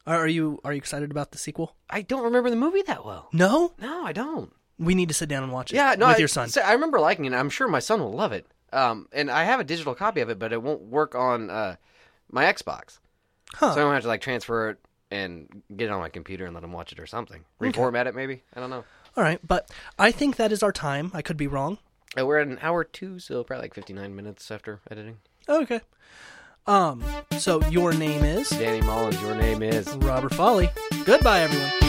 [SPEAKER 1] Are, are you are you excited about the sequel?
[SPEAKER 2] I don't remember the movie that well.
[SPEAKER 1] No,
[SPEAKER 2] No, I don't.
[SPEAKER 1] we need to sit down and watch it.
[SPEAKER 2] Yeah, no,
[SPEAKER 1] with
[SPEAKER 2] I,
[SPEAKER 1] your son.
[SPEAKER 2] so I remember liking it. I'm sure my son will love it. Um, and I have a digital copy of it, but it won't work on uh, my Xbox.
[SPEAKER 1] Huh.
[SPEAKER 2] So I'm gonna have to like transfer it and get it on my computer and let him watch it or something. Reformat it maybe. I don't know.
[SPEAKER 1] All right, but I think that is our time. I could be wrong.
[SPEAKER 2] Uh, We're at an hour two, so probably like 59 minutes after editing.
[SPEAKER 1] Okay. Um. So your name is
[SPEAKER 2] Danny Mullins, your name is.
[SPEAKER 1] Robert Folly. Goodbye, everyone.